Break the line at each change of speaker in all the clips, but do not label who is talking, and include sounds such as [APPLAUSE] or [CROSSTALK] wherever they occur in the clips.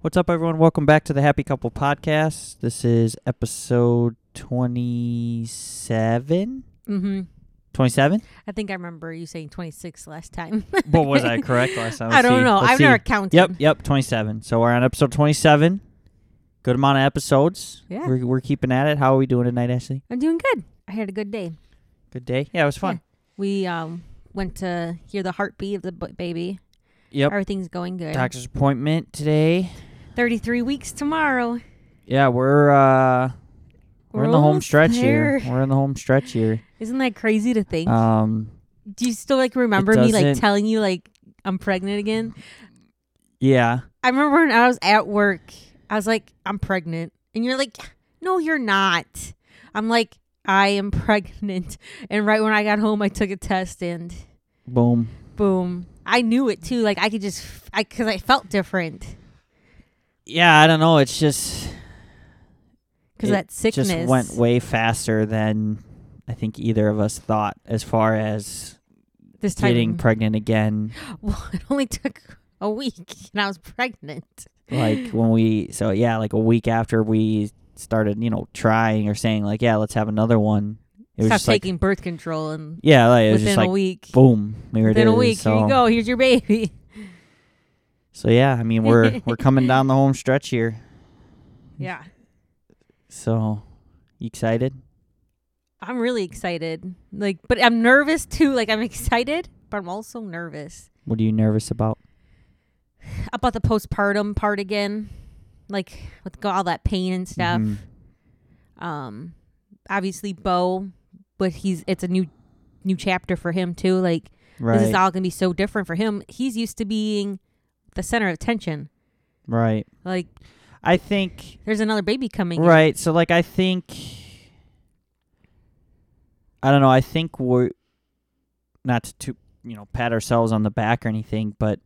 What's up, everyone? Welcome back to the Happy Couple Podcast. This is episode 27?
Mm-hmm.
27?
I think I remember you saying 26 last time.
What was
[LAUGHS]
I correct last time?
I
Let's
don't
see.
know.
Let's
I've
see.
never counted.
Yep, yep, 27. So we're on episode 27. Good amount of episodes.
Yeah.
We're, we're keeping at it. How are we doing tonight, Ashley?
I'm doing good. I had a good day.
Good day? Yeah, it was fun.
We um went to hear the heartbeat of the b- baby.
Yep.
Everything's going good.
Doctor's appointment today.
33 weeks tomorrow.
Yeah, we're uh we're, in the home
almost
stretch
there.
here. We're in the home stretch here.
Isn't that crazy to think?
Um
Do you still like remember me like
doesn't-
telling you like I'm pregnant again?
yeah.
I remember when I was at work, I was like, I'm pregnant. And you're like, no, you're not. I'm like, I am [LAUGHS] pregnant. And right when I got home, I took a test and
Boom.
boom. I knew it too. Like I could just, I because I felt different
Yeah, I don't know. It's just
because
It
that sickness.
just went way faster than I think either of us thought as far as
this time,
getting pregnant again.
[LAUGHS] well, it only took a week, and I was pregnant.
Like when we so yeah, like a week after we started, you know, trying or saying like, yeah, let's have another one. It was
Stopped
just like
taking birth control, and
yeah, like it was
within
just
a
like
week,
boom, we were
within
doing
a week,
So,
here you go. Here's your baby. [LAUGHS]
so yeah, I mean we're we're coming down the home stretch here.
yeah,
So you excited?
I'm really excited. Like, but I'm nervous too. Like, I'm [LAUGHS] excited, but I'm also nervous
What are you nervous about?
about the postpartum part again. Like with all that pain and stuff.
Mhm.
um obviously bo but he's it's a new new chapter for him too like
Right.
this is all gonna be so different for him he's used to being the center of attention
right.
like
I think
there's another baby coming in.
Right. So like I think I don't know, I think we're not to too, you know, pat ourselves on the back or anything, but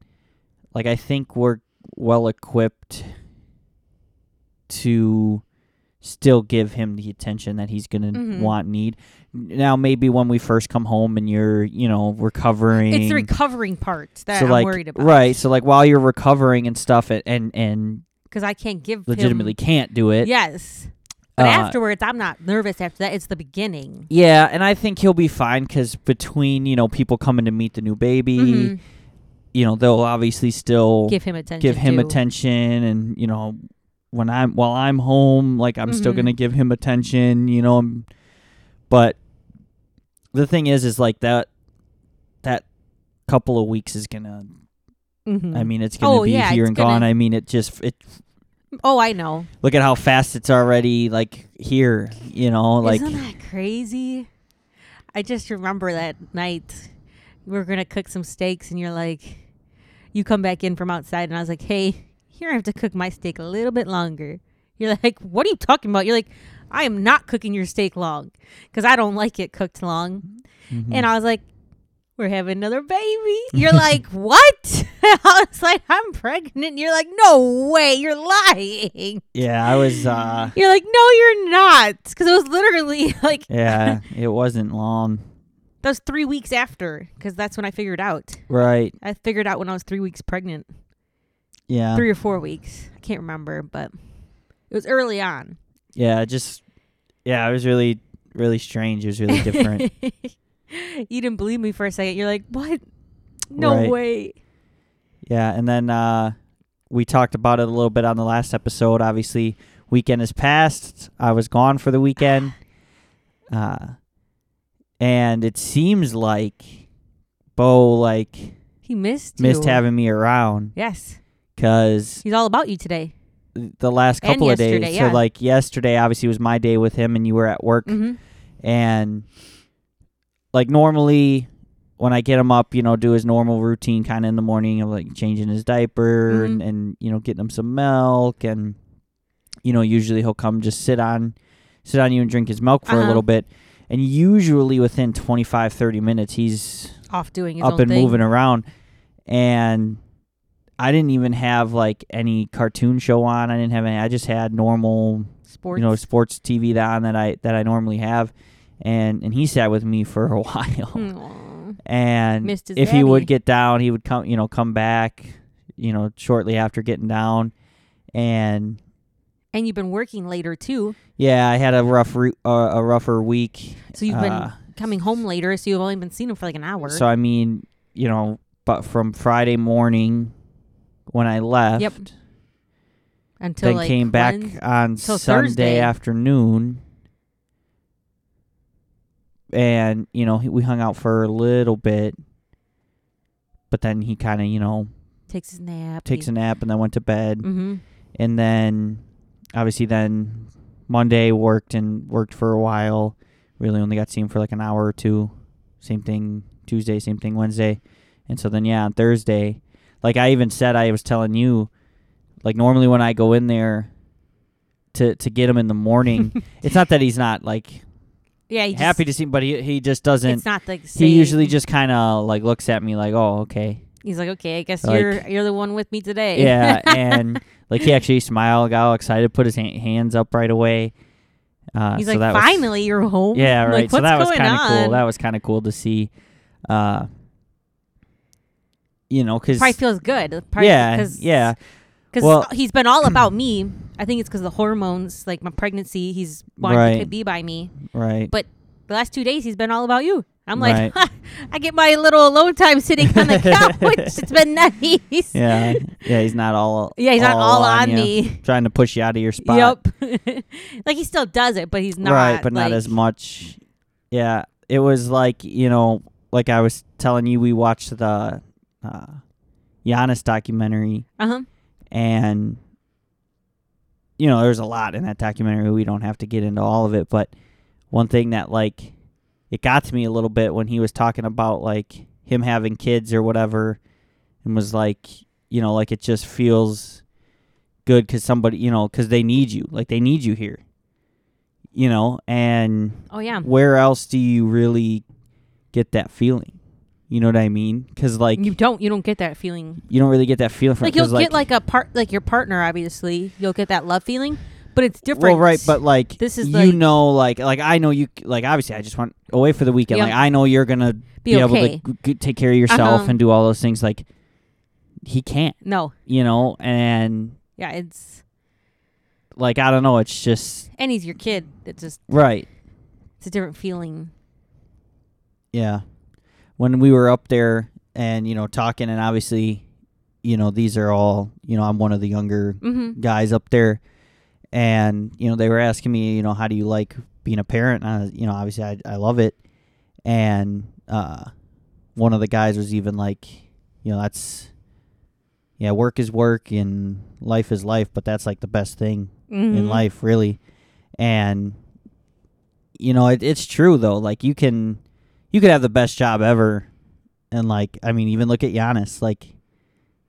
like I think we're well equipped to still give him the attention that he's going to
Mhm.
want need. Now maybe when we first come home and you're, you know, recovering
it's the recovering part that
so
i'm
like
worried about
right, so like while you're recovering and stuff it, and and
because i can't give
legitimately
him,
can't do it.
yes but
uh,
afterwards i'm not nervous after that it's the beginning
Yeah, and I think he'll be fine because between you know people coming to meet the new baby,
Mhm.
you know they'll obviously still
give him attention
give him
too.
attention, and you know when I'm while I'm home, like I'm still
Mhm.
gonna give him attention, you know. um, But the thing is, is like that that couple of weeks is gonna.
Mhm.
I mean, it's gonna
Oh,
be
yeah,
here
it's
and gone.
gonna-
I mean, it just it.
oh i know
Look at how fast it's already like here, you know, like
Isn't that crazy? I just remember that night we were gonna cook some steaks, and you're like, you come back in from outside, and I was like, hey, here I have to cook my steak a little bit longer. You're like, what are you talking about? You're like, I am not cooking your steak long because I don't like it cooked long.
mhm.
And I was like, we're having another baby.
[LAUGHS]
You're like, what? [LAUGHS] I was like, I'm pregnant. You're like, no way, you're lying. [LAUGHS]
yeah, I was. uh
You're like, no, you're not. Because it was literally [LAUGHS] like
Yeah, it wasn't long.
That was three weeks after, because that's when I figured out.
Right.
I figured out when I was three weeks pregnant,
Yeah.
three or four weeks. I can't remember, but it was early on.
Yeah, just yeah, it was really really strange. It was really
[LAUGHS]
different.
you didn't believe me for a second. You're like, what? No
Right.
way.
yeah, and then uh we talked about it a little bit on the last episode. Obviously, weekend has passed. I was gone for the
[SIGHS]
weekend. Uh and it seems like Bo like
He missed.
missed
you.
having me around
Yes,
cuz
he's all about you today.
the last
And
couple of days.
yesterday,
So
yeah.
like yesterday obviously was my day with him and you were at work
Mm-hmm.
and like normally when I get him up, you know, do his normal routine kind of in the morning of like changing his diaper
Mhm.
and, and you know getting him some milk and you know usually he'll come just sit on sit on you and drink his milk for a
Uh-huh.
little bit and usually within 25 30 minutes he's
Off doing his
up
own
and
thing.
moving around and I didn't even have like any cartoon show on. I didn't have any. I just had normal
Sports.
you know sports TV that on that I that I normally have, and and he sat with me for a [LAUGHS] while,
Aw.
and
Hmm. Missed his
if he would
daddy.
get down, he would come you know come back, you know shortly after getting down, and
And you've been working later too,
yeah, I had a rough re- uh, a rougher week.
so you've been
Uh,
coming home later, so you've only been seeing him for like an hour.
So I mean, you know, but from Friday morning when I left,
until
then
like
came back
Wednes-
on
till
Sunday
Thursday.
afternoon. And, you know, he- we hung out for a little bit. But then he kind of, you know,
takes his nap.
takes a nap and then went to bed.
Mm-hmm.
And then obviously then Monday worked and worked for a while. Really only got seen for like an hour or two. Same thing Tuesday, same thing Wednesday. And so then yeah, on Thursday, like I even said I was telling you like normally when I go in there to to get him in the
[LAUGHS]
morning, it's not that he's not like
Yeah, he
happy
just,
to see him, but he he just doesn't
It's not the same.
he usually just kind of like looks at me like, "Oh, okay."
He's like, okay, I guess
Like-
you're you're the one with me today. [LAUGHS]
Yeah, and like he actually smiled, got all excited, put his ha- hands up right away. Uh,
He's
so
like,
that was-
finally, you're home.
yeah,
I'm
right.
Like,
so
what's
that was
going
kind of cool.
on?
That was kind of cool to see. Uh, you know, because
probably feels good. Probably
yeah,
cause,
yeah,
because
Well-
he's been
[CLEARS THROAT]
all about me. I think it's because the hormones, like my pregnancy, he's wanting to
Right.
be by me. [LAUGHS]
right.
But the last two days, he's been all about you. I'm like,
Right.
"Ha, [LAUGHS] I get my little alone time sitting on
[LAUGHS]
the couch. It's been nice.
yeah, yeah. He's not all.
Yeah, he's not all on
ya,
me.
Trying to push you out of your spot.
Yep. [LAUGHS] like he still does it, but he's not.
right, but not
like-
as much. Yeah, it was like you know, like I was telling you, we watched the uh, Giannis documentary.
Uh-huh.
and you know there's a lot in that documentary we don't have to get into all of it but one thing that like it got to me a little bit when he was talking about like him having kids or whatever and was like you know like it just feels good because somebody you know because they need you like they need you here you know and
Oh yeah.
where else do you really get that feeling you know what i mean because like
you
you,
don't. You don't get that feeling.
don't really get that feeling from
like
it
you'll
'cause,
get like a part like your partner obviously you'll get that love feeling but it's different
Well, right, but like
This is
you
like-
know, like like I know you like obviously I just went away for the weekend.
Yep.
Like I know you're gonna
Be
be, able to
okay.
g- g- take care of yourself
Uh-huh.
and do all those things. Like he can't,
no
you know, and
yeah it's
like I don't know. It's just
and he's your kid it's just
right.
it's a different feeling
Yeah. When we were up there and you know talking, and obviously, you know these are all you know I'm one of the younger
mm-hmm
guys up there and you know they were asking me you know how do you like being a parent and I, was- you know obviously I, I love it and uh one of the guys was even like you know that's yeah work is work and life is life but that's like the best thing
Mm-hmm.
in life really and you know it, it's true though like you can you could have the best job ever and like i mean even look at Giannis like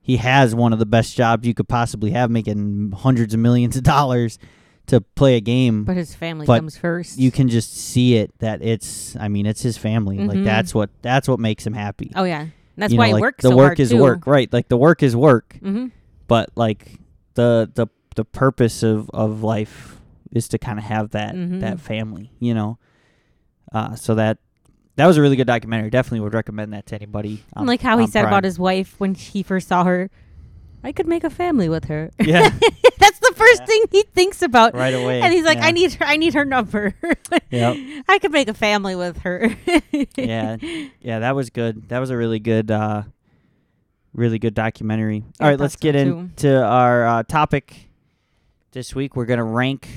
he has one of the best jobs you could possibly have making hundreds of millions of dollars to play a game
but his family
But
comes first
you can just see it that it's i mean it's his family like
Mhm.
that's what that's what makes him happy
oh yeah that's
You know,
why
like,
it works
the
so
work
hard,
is
too.
work right like the work is work
mm-hmm
but like the the the purpose of of life is to kind of have that
Mhm.
that family you know uh so that that was a really good documentary definitely would recommend that to anybody on-
like how he
on
said
Prime.
about his wife when he first saw her i could make a family with her
Yeah.
[LAUGHS] that's the first
Yeah.
thing he thinks about
Right away,
and he's like
yeah.
i need her i need her number [LAUGHS]
Yep.
i could make a family with her [LAUGHS]
yeah yeah that was good that was a really good uh really good documentary
Yeah,
all
I
right let's
thought so,
get
too.
into our uh, topic this week we're gonna rank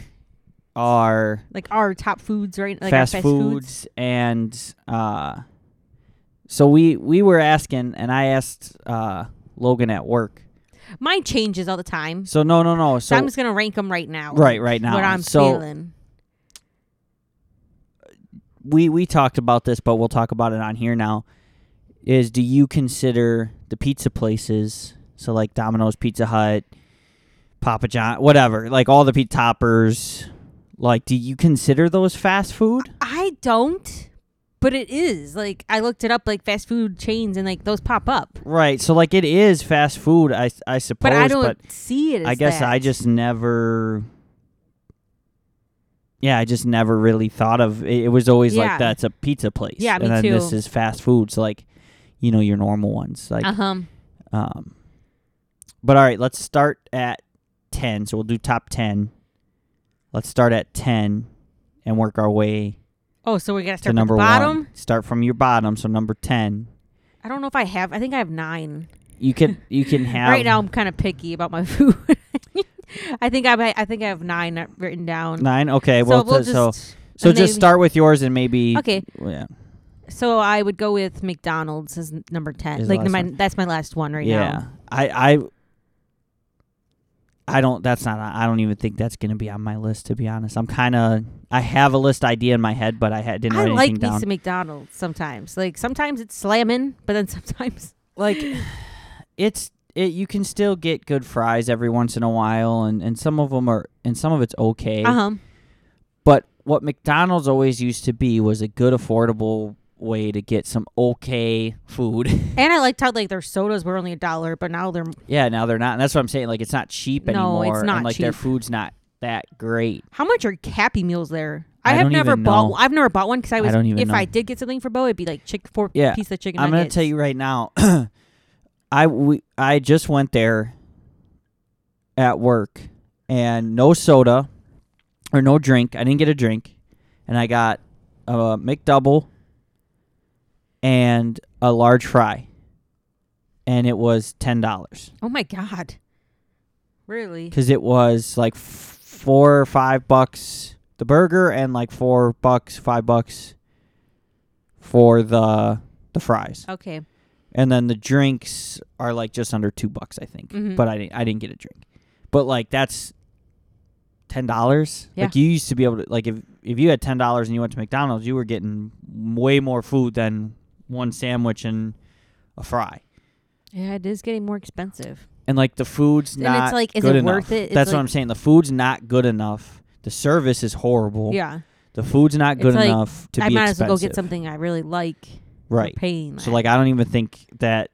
our
like our top foods right like
fast,
our fast foods
foods, and uh, so we we were asking, and I asked uh, Logan at work.
Mine changes all the time. So,
So no, no, no. So
I'm just gonna rank them right now.
right, right now.
What I'm
so
feeling.
we we talked about this, but we'll talk about it on here now. Is do you consider the pizza places? So like Domino's, Pizza Hut, Papa John, whatever, like all the pizza toppers. Like, do you consider those fast food?
I don't, but it is like I looked it up, like fast food chains, and like those pop up.
Right. So like it is fast food, I I suppose.
But I don't see it. As
I guess
that.
I just never. Yeah, I just never really thought of it. It was always
Yeah.
like that's a pizza place.
Yeah,
and
me
then this
too. Uh-huh.
is fast food, so like, you know, your normal ones. Like,
Uh huh.
um, but all right, let's start at ten. So we'll do top ten. Let's start at ten and work our way
Oh, so we gotta
to
start from
number
the bottom.
one. Start from your bottom. So number ten.
I don't know if I have. I think I have nine.
You can you can have
[LAUGHS] right now, I'm kind of picky about my [LAUGHS] food. I think I I think I have nine uh, written down.
nine. Okay,
so
well,
we'll
t- so
just
so
and
just
then-
start with yours and maybe
okay.
Yeah,
So I would go with McDonald's as n- number ten.
Is the
like
last
my,
one.
that's my last one right
yeah.
now.
I I I don't. That's not. I don't even think that's gonna be on my list. To be honest, I'm kind of. I have a list idea in my head, but I ha- didn't
I
write
like
anything
me
down.
some McDonald's sometimes. Like sometimes it's slamming, but then [LAUGHS] sometimes
like [SIGHS] it's it, you can still get good fries every once in a while and and some of them are and some of it's okay
uh huh.
but what mcdonald's always used to be was a good affordable way to get some okay food [LAUGHS]
And I liked how like their sodas were only a dollar, but now they're
yeah now they're not and that's what i'm saying like it's not cheap
No, it's
anymore
not
and like their
cheap.
food's not that great
how much are Happy Meals there? I,
I
have
don't
never
even
bought.
know.
I've never bought one because I was.
don't even
if I
know.
did get something for Bo, it'd be like chick four
Yeah,
piece of chicken.
i'm
nuggets.
gonna tell you right now [CLEARS THROAT] i we, i just went there at work and no soda or no drink i didn't get a drink and i got a mcdouble and a large fry and it was ten dollars
Oh my god. Really?
because it was like f- four or five bucks the burger and like four bucks five bucks for the the fries
Okay.
and then the drinks are like just under two bucks, I think.
Mhm.
But I didn't, I didn't get a drink. But like that's ten dollars.
Yeah.
Like you used to be able to like if if you had ten dollars and you went to McDonald's, you were getting way more food than one sandwich and a fry.
Yeah, it is getting more expensive.
And like the food's
And it's
not
like, is
good
it
enough.
worth it? It's
That's what
like-
I'm saying. The food's not good enough. The service is horrible.
Yeah.
The food's not
It's
good
like,
enough to
I
be
might
expensive.
as well go get something I really like. for
right.
Paying.
So
that.
like I don't even think that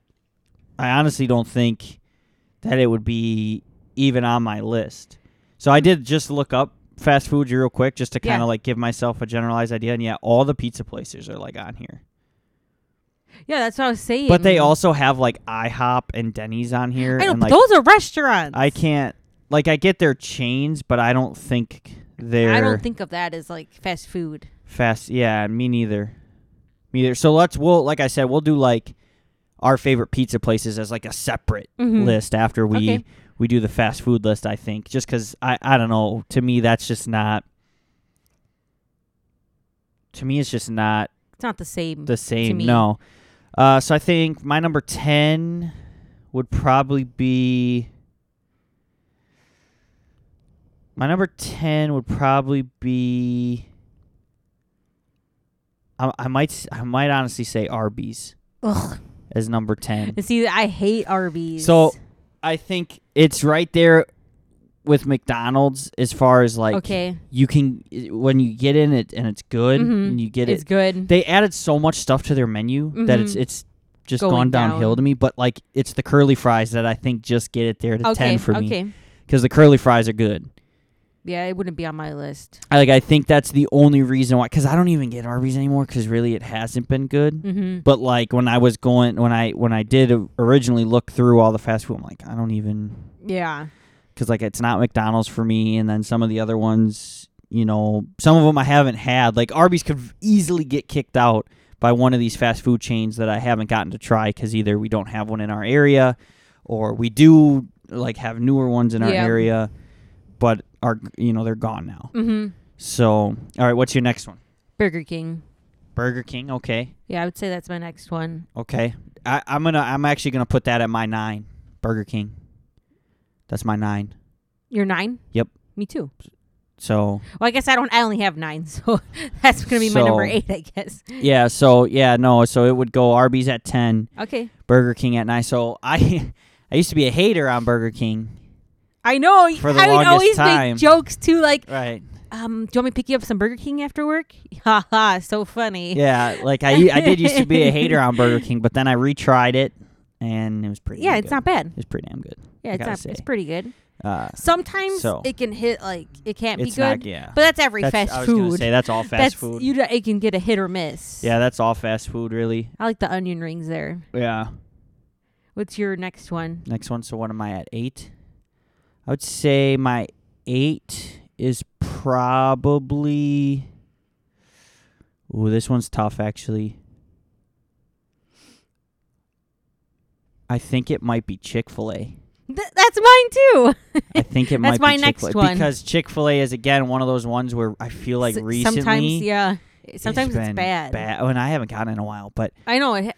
I honestly don't think that it would be even on my list. So I did just look up fast food real quick just to kind of
Yeah.
like give myself a generalized idea and yeah, all the pizza places are like on here.
Yeah, that's what I was saying.
But they also have like IHOP and Denny's on here
I know,
and
but
like
those are restaurants.
I can't like I get their chains, but I don't think they're
I don't think of that as like fast food.
Fast, yeah, me neither. Me neither. So let's we'll like I said, we'll do like our favorite pizza places as like a separate
Mhm.
list after we
Okay.
we do the fast food list. I think just because I I don't know. To me, that's just not. To me, it's just not
It's not the same.
the same.
me.
No. Uh, so I think my number ten would probably be. My number ten would probably be. I, I might s- I might honestly say Arby's
Ugh.
as number ten.
And see, I hate Arby's.
So I think it's right there with McDonald's as far as like
okay,
you can when you get in it and it's good
Mhm.
and you get it
it's good.
they added so much stuff to their menu that it's
Mhm.
it's just
Going
gone downhill
down.
to me. But like it's the curly fries that I think just get it there to
okay,
ten for me
okay.
because the curly fries are good.
Yeah, it wouldn't be on my list.
I, like I think that's the only reason why because I don't even get Arby's anymore because really it hasn't been good.
Mm-hmm.
But like when I was going when I when I did originally look through all the fast food, I'm like I don't even
Yeah,
because like it's not McDonald's for me, and then some of the other ones, you know, some of them I haven't had. Like Arby's could easily get kicked out by one of these fast food chains that I haven't gotten to try because either we don't have one in our area, or we do like have newer ones in our
Yeah.
area, but are you know they're gone now.
mm-hmm.
So all right, what's your next one?
Burger King.
Burger King. Okay,
Yeah, I would say that's my next one.
okay. I, I'm gonna I'm actually gonna put that at my nine. Burger King. That's my nine.
You're nine.
Yep.
Me too.
So
Well, I guess I don't. I only have nine, [LAUGHS] so that's gonna be my number
So-
eight, I guess.
Yeah, so yeah, no, so it would go Arby's at 10,
Okay.
Burger King at 9. So [LAUGHS] I I used to be a hater on Burger King.
I know. y-
For the
I would
longest
always
time.
make jokes too, like,
Right.
um, "Do you want me to pick you up some Burger King after work?" [LAUGHS] Ha ha! So funny.
Yeah, like I u- I did used to
[LAUGHS]
be a hater on Burger King, but then I retried it and it was pretty
Yeah,
damn
it's
good.
not bad.
It's pretty damn good.
Yeah,
I
it's
gotta
not.
say.
It's pretty good.
Uh
Sometimes
So-
it can hit like it can't be
it's
good,
not yeah.
but that's every
That's-
fast
I was
food.
going to say that's all fast
that's
food.
you. d- It can get a hit or miss.
yeah, that's all fast food really.
I like the onion rings there.
Yeah.
What's your next one?
Next one, so what am I at? 8. I would say my eight is probably. Ooh, this one's tough, actually. I think it might be Chick fil A.
Th- that's mine too.
I
[LAUGHS]
think it might
That's
be
my next
Chick-fil-A
one.
because Chick Fil A is again one of those ones where I feel like
S-
recently
sometimes, yeah,
it's
sometimes it's
been
bad.
Bad. Oh, and I haven't gotten it in a while, but
I know it, ha-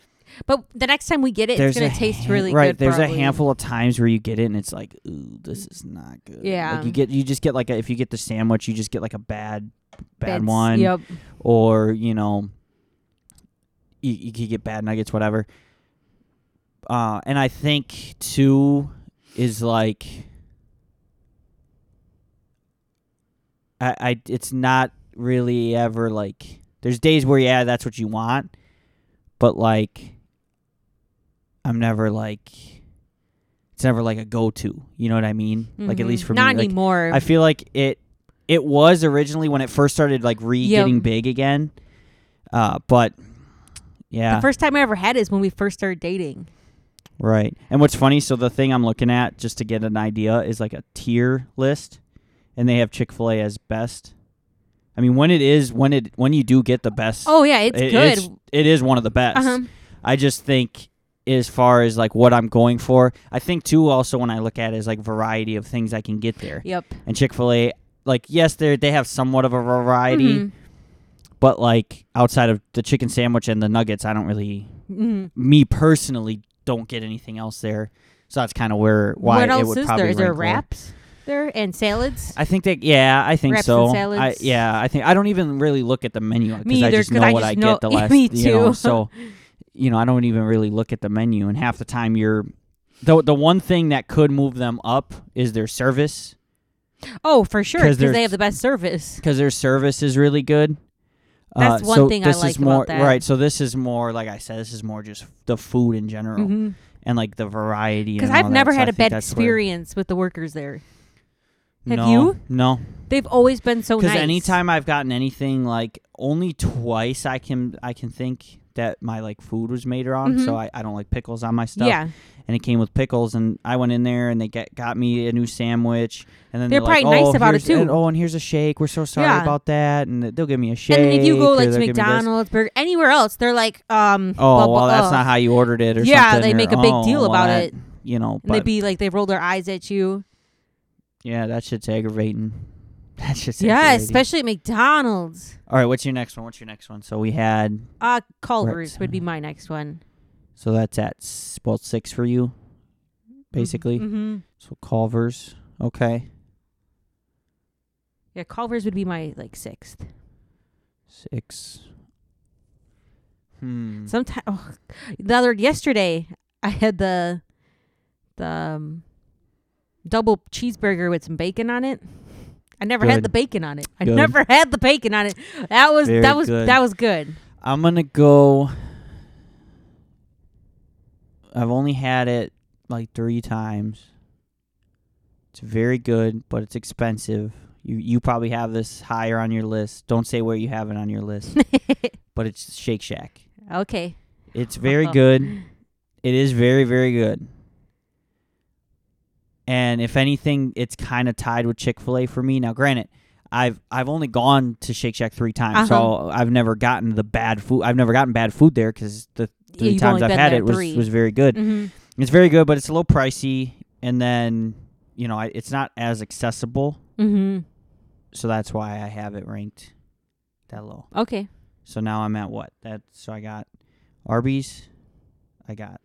but the next time we get it,
there's
it's gonna
a
taste
han-
really
right.
good.
there's
probably.
a handful of times where you get it and it's like, ooh, this is not good.
Yeah.
like you get you just get like a, if you get the sandwich, you just get like a bad, bad
Bits.
one,
Yep.
or you know, you you could get bad nuggets, whatever. Uh, and I think two is like, I I it's not really ever like. There's days where yeah, that's what you want, but like I'm never like it's never like a go to. You know what I mean? Like at
Mhm.
least for
not
me, like,
anymore.
I feel like it it was originally when it first started like re
Yeah.
getting big again. Uh, but yeah,
The first time I ever had it is when we first started dating.
right. And what's funny? So the thing I'm looking at just to get an idea is like a tier list, and they have Chick Fil A as best. I mean, when it is when it when you do get the best.
Oh yeah, it's
it-
good.
it is one of the best.
uh-huh.
I just think as far as like what I'm going for, I think too also when I look at it is like variety of things I can get there.
Yep.
And Chick-fil-A like yes, they they have somewhat of a variety,
Mhm.
but like outside of the chicken sandwich and the nuggets, I don't really
Mhm.
me personally don't get anything else there. So that's kind of where why
what
it
else
would
is
probably
there? Is there
rank lower.
wraps there and salads?
I think that yeah, I think
Wraps
so.
and
I,
salads?
yeah, I think I don't even really look at the menu because
Me
I
either,
just
'cause
know
I
what
just
I
know-
get
[LAUGHS]
the last.
Me
You know,
too.
so you know, I don't even really look at the menu, and half the time you're the the one thing that could move them up is their service
oh, for sure,
'Cause
because
there's-
they have the best service.
because their service is really good.
That's
uh,
one
so
thing I
this
like
is
about
more
that.
right. So this is more like I said. This is more just the food in general
Mhm.
and like the variety.
Because
Because
I've never had
a
a bad experience with the workers there. Have
no,
you?
No,
They've always been so nice.
because anytime I've gotten anything, like only twice I can I can think that my like food was made wrong. So
Mhm.
I, I don't like pickles on my stuff.
yeah,
and it came with pickles, and I went in there and they get, got me a new sandwich, and then
They're
like,
probably nice
"Oh,
about it,
here's- and-
too.
oh, and here's a shake. We're so sorry
Yeah.
about that, and they'll give me a shake.
and then if you go
or
like to
they'll give me this.
McDonald's, Burger, anywhere else, they're like, um,
Oh
blah, blah,
well, that's
oh.
not how you ordered it, or
Yeah,
something,
they
or,
make a big
"Oh,
deal
well,
about
that-
it.
You know,
And they
but
be like, they roll their eyes at you.
yeah, that shit's aggravating. [LAUGHS] That shit's
Yeah,
aggravating.
especially at McDonald's.
All right, what's your next one? What's your next one? So we had,
Uh, Culver's would be
uh,
my next one.
so that's at s- well six for you, basically.
hmm
So Culver's, okay,
Yeah, Culver's would be my like sixth.
six. Hmm.
Sometimes oh, the other yesterday, I had the the um, double cheeseburger with some bacon on it. I never
Good.
had the bacon on it. I
Good.
never had the bacon on it. That was
Very
that was
good.
that was good. [LAUGHS]
I'm gonna go. I've only had it like three times. It's very good, but it's expensive. You you probably have this higher on your list. Don't say where you have it on your
[LAUGHS]
list, but it's Shake Shack.
okay.
It's very good. It is very very good. And if anything, it's kind of tied with Chick Fil A for me. Now, granted, I've I've only gone to Shake Shack three times,
Uh-huh.
so I've never gotten the bad food. I've never gotten bad food there because the three
You've
times
only
I've
been
had
there
it was
three.
was very good.
Mhm.
It's very good, but it's a little pricey, and then you know I, it's not as accessible,
Mhm.
so that's why I have it ranked that low.
Okay.
So now I'm at what? That so I got Arby's, I got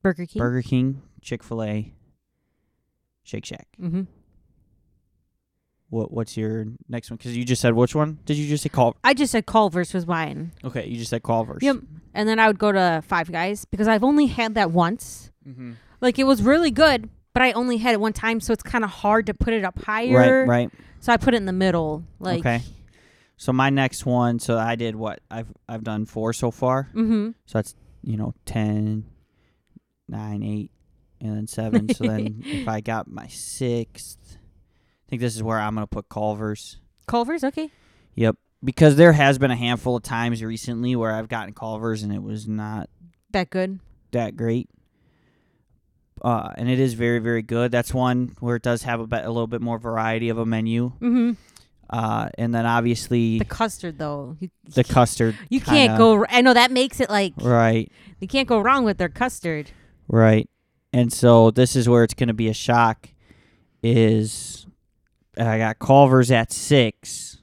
Burger King.
Burger King, Chick Fil A, Shake Shack.
Mhm.
What what's your next one? Because you just said which one? Did you just say Culver?
I just said Culver's was mine.
Okay, you just said Culver's.
Yep. And then I would go to Five Guys because I've only had that once.
Mm-hmm.
Like it was really good, but I only had it one time, so it's kind of hard to put it up higher.
Right, right.
So I put it in the middle. Like
Okay. So my next one. So I did what? I've I've done four so far.
Mhm.
So that's, you know, 10, 9, 8, and then 7. so then if I got my sixth, I think this is where I'm going to put Culver's.
Culver's, okay.
Yep. Because there has been a handful of times recently where I've gotten Culver's and it was not
That good.
that great. uh, and it is very very good. That's one where it does have a, bit, a little bit more variety of a menu.
Mm-hmm.
Uh, and then obviously
The
the,
custard though, you,
custard.
you
kinda-
can't go. r- I know that makes it like
right,
you can't go wrong with their custard.
right. And so this is where it's going to be a shock. Is I got Culver's at six.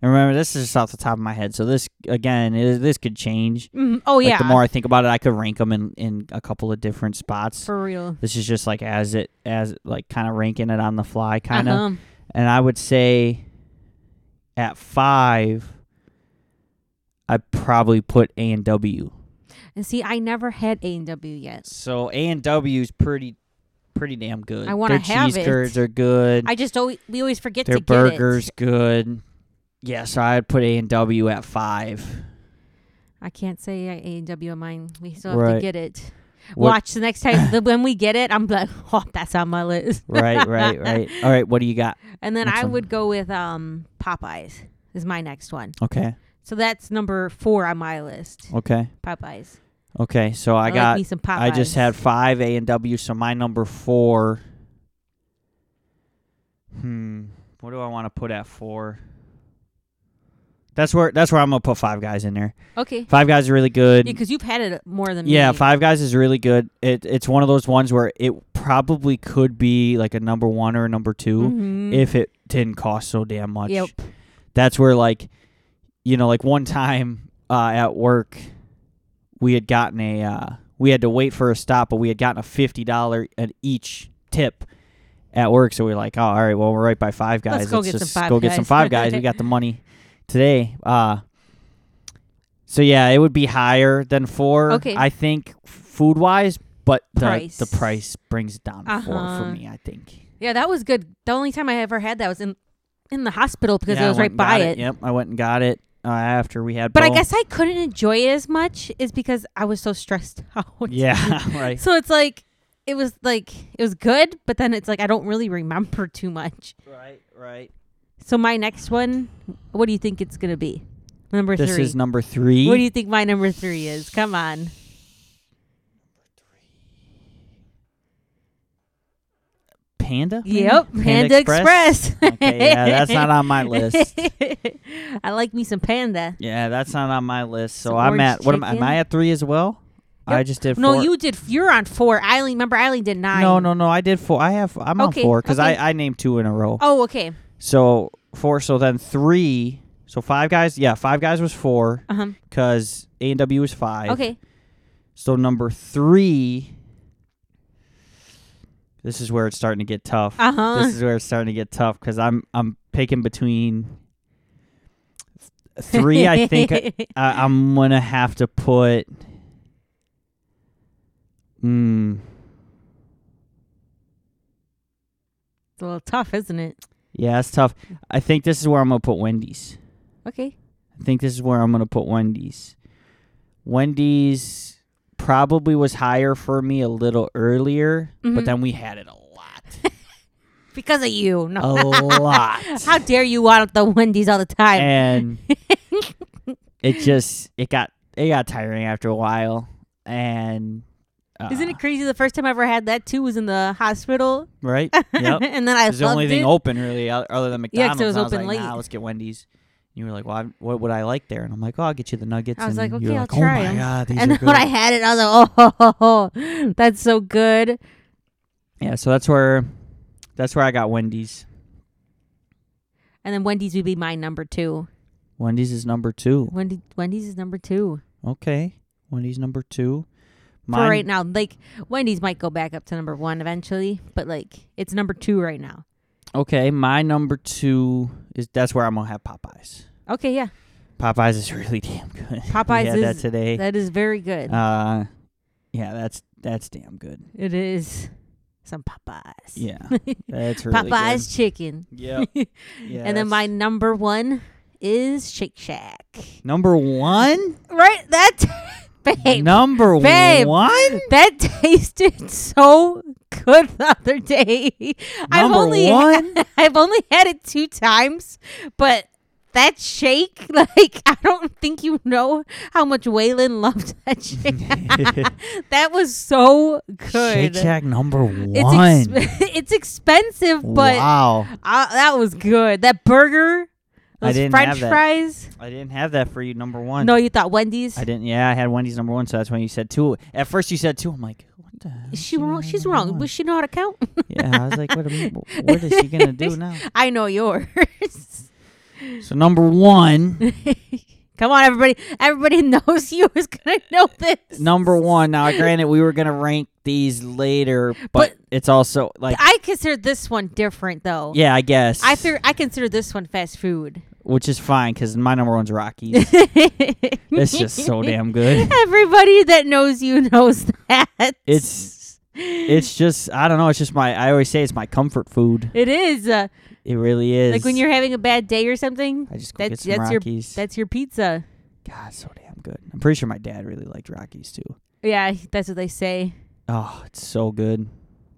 And remember, this is just off the top of my head. So this again, is, this could change.
Mhm. Oh
Like,
yeah,
The more I think about it, I could rank them in in a couple of different spots.
for real.
This is just like as it as like kind of ranking it on the fly, kind of.
Uh-huh.
And I would say at five, I probably put A and W.
And see, I never had A and W yet.
So A and W is pretty, pretty damn good.
I wanna
Their
have
cheese
it.
curds are good.
I just always we always forget
Their
to get it.
burgers good. Yeah, so I'd put A and W at five.
I can't say I A and W on mine. We still have to
Right.
get it.
What-
Watch the next time the, when we get it. I'm like, [LAUGHS] oh, that's on my list.
Right,
[LAUGHS]
right, right. All right, what do you got?
And then
Next
I
one.
would go with um Popeyes is my next one.
Okay,
So that's number four on my list.
okay,
Popeyes.
okay. So Oh. I,
I,
got.
like me some Popeyes.
I just had five A and W, so my number four. Hmm. What do I want to put at four? That's where that's where I'm gonna put five guys in there.
okay
Five guys are really good.
because you've had it more than
yeah,
me.
Five Guys is really good. It it's one of those ones where it probably could be like a number one or a number 2
Mhm.
if it didn't cost so damn much.
Yep.
That's where like you know, like one time uh, at work we had gotten a uh, we had to wait for a stop, but we had gotten a fifty dollar at each tip at work, so we were like, Oh, all right, well we're right by five guys.
Let's go get some
just
Five
go get some
Guys."
five guys. we
[LAUGHS]
got the money today. Uh so yeah, it would be higher than four.
Okay.
I think food wise, but the
Price.
the price brings it down to four
Uh-huh.
for me. I think
yeah, that was good. The only time I ever had that was in in the hospital because
Yeah,
I was
went
right
and
by
got
it.
Yep, I went and got it uh, after we had.
But I
Bo.
guess [LAUGHS] I couldn't enjoy it as much is because I was so stressed [LAUGHS] out. [LAUGHS]
yeah, [LAUGHS] right.
So it's like it was like it was good, but then it's like I don't really remember too much.
Right, right.
So my next one, what do you think it's gonna be? Number
This
three.
is number three.
what do you think my number three is? Come on.
Panda? maybe?
Yep, Panda, Express.
okay,
[LAUGHS]
yeah, that's not on my list.
I like me some panda.
Yeah, that's not on my list. So
Some
I'm
orange
at what am I? Am
chicken.
I at three as well? I
Yep.
just did.
No,
four.
you did. You're on four. Eileen, remember Eileen did nine.
No, no, no. I did four. I have. I'm
Okay,
on four because
okay.
I I named two in a row.
Oh, okay.
So four. So then three. So five guys. Yeah, five guys was four
Uh huh.
because A and W was five.
Okay.
So number three. This is where it's starting to get tough.
Uh huh.
This is where it's starting to get tough because I'm I'm picking between three. I think
[LAUGHS]
uh, I, I, I'm gonna have to put. Hmm.
It's a little tough, isn't it?
Yeah, that's tough. I think this is where I'm gonna put Wendy's.
Okay.
I think this is where I'm going to put Wendy's. Wendy's probably was higher for me a little earlier,
Mhm.
but then we had it a lot.
Because of you. [LAUGHS] No.
A lot.
How dare you want out the Wendy's all the time? [LAUGHS]
and it just it got it got tiring after a while and uh,
Isn't it crazy? The first time I ever had that too was in the hospital,
right? Yep.
and then [LAUGHS] I
It's the
loved
only
it.
thing open really o- other than
Yeah, 'cause
McDonald's.
it was
And I was
open
like,
late.
Nah, let's get Wendy's. And you were like, "Well, I- what would I like there?" And I'm like, "Oh, I'll get you the nuggets."
I was
and
like,
you
"Okay,
were
I'll
like,
try
Oh
'em."
my god, these
and
are
then
good.
when I had it, I was like, oh, [LAUGHS] ho, ho, ho, that's so good.
Yeah, so that's where that's where I got Wendy's.
And then Wendy's would be my number two.
Wendy's is number two.
Wendy, Wendy's is number two
Okay. Wendy's number two.
for right now. Like Wendy's might go back up to number one eventually, but like it's number two right now.
Okay, my number two is that's where I'm gonna have Popeyes.
Okay, yeah,
Popeyes is [LAUGHS] really damn good.
Popeyes
we had that
is-
today.
that is very good.
uh yeah, that's that's damn good.
it is some Popeyes. [LAUGHS]
Yeah. That's really
Popeyes chicken.
good. Yep. Yeah.
[LAUGHS] and
that's-
then my number one is Shake Shack.
number one?
Right? That, babe,
number
babe.
one?
that tasted so good the other day. [LAUGHS] I've
Number
only [LAUGHS]
one?
I've only had it two times, but that shake? [LAUGHS] Like, I don't think you know how much Waylon loved
[LAUGHS]
that shake. that was so
Shake
good.
Shack number one.
It's, exp- [LAUGHS] it's expensive, but
wow,
uh, that was good. That burger,
I
those
didn't
French
have that.
fries.
I didn't have that for you. Number one.
No, you thought Wendy's.
I didn't. Yeah, I had Wendy's number one, so that's when you said two. At first, you said two. I'm like, [LAUGHS] what the? hell
She
is
wrong.
on
She's
number
wrong.
one?
But she know how to count. [LAUGHS]
yeah, I was like, what, am- what is she gonna do now?
I know yours. [LAUGHS]
So number one,
Come on, everybody. Everybody [LAUGHS] knows you is gonna know this.
number one. Now, granted, we were gonna rank these later, but,
But-
it's also like,
I consider this one different though.
yeah, I guess.
I thir- I consider this one fast food. [LAUGHS]
which is fine because my number one's Rockies. it's just
[LAUGHS]
so damn good.
Everybody that knows you knows that. [LAUGHS]
It's- It's just I don't know. It's just my I always say it's my comfort food.
it is uh,
It really is.
like when you're having a bad day or something.
I just go get
That's
some
that's your
Rockies.
that's your pizza.
God, so damn good. I'm pretty sure my dad really liked Rockies too.
Yeah, that's what they say.
Oh, it's so good.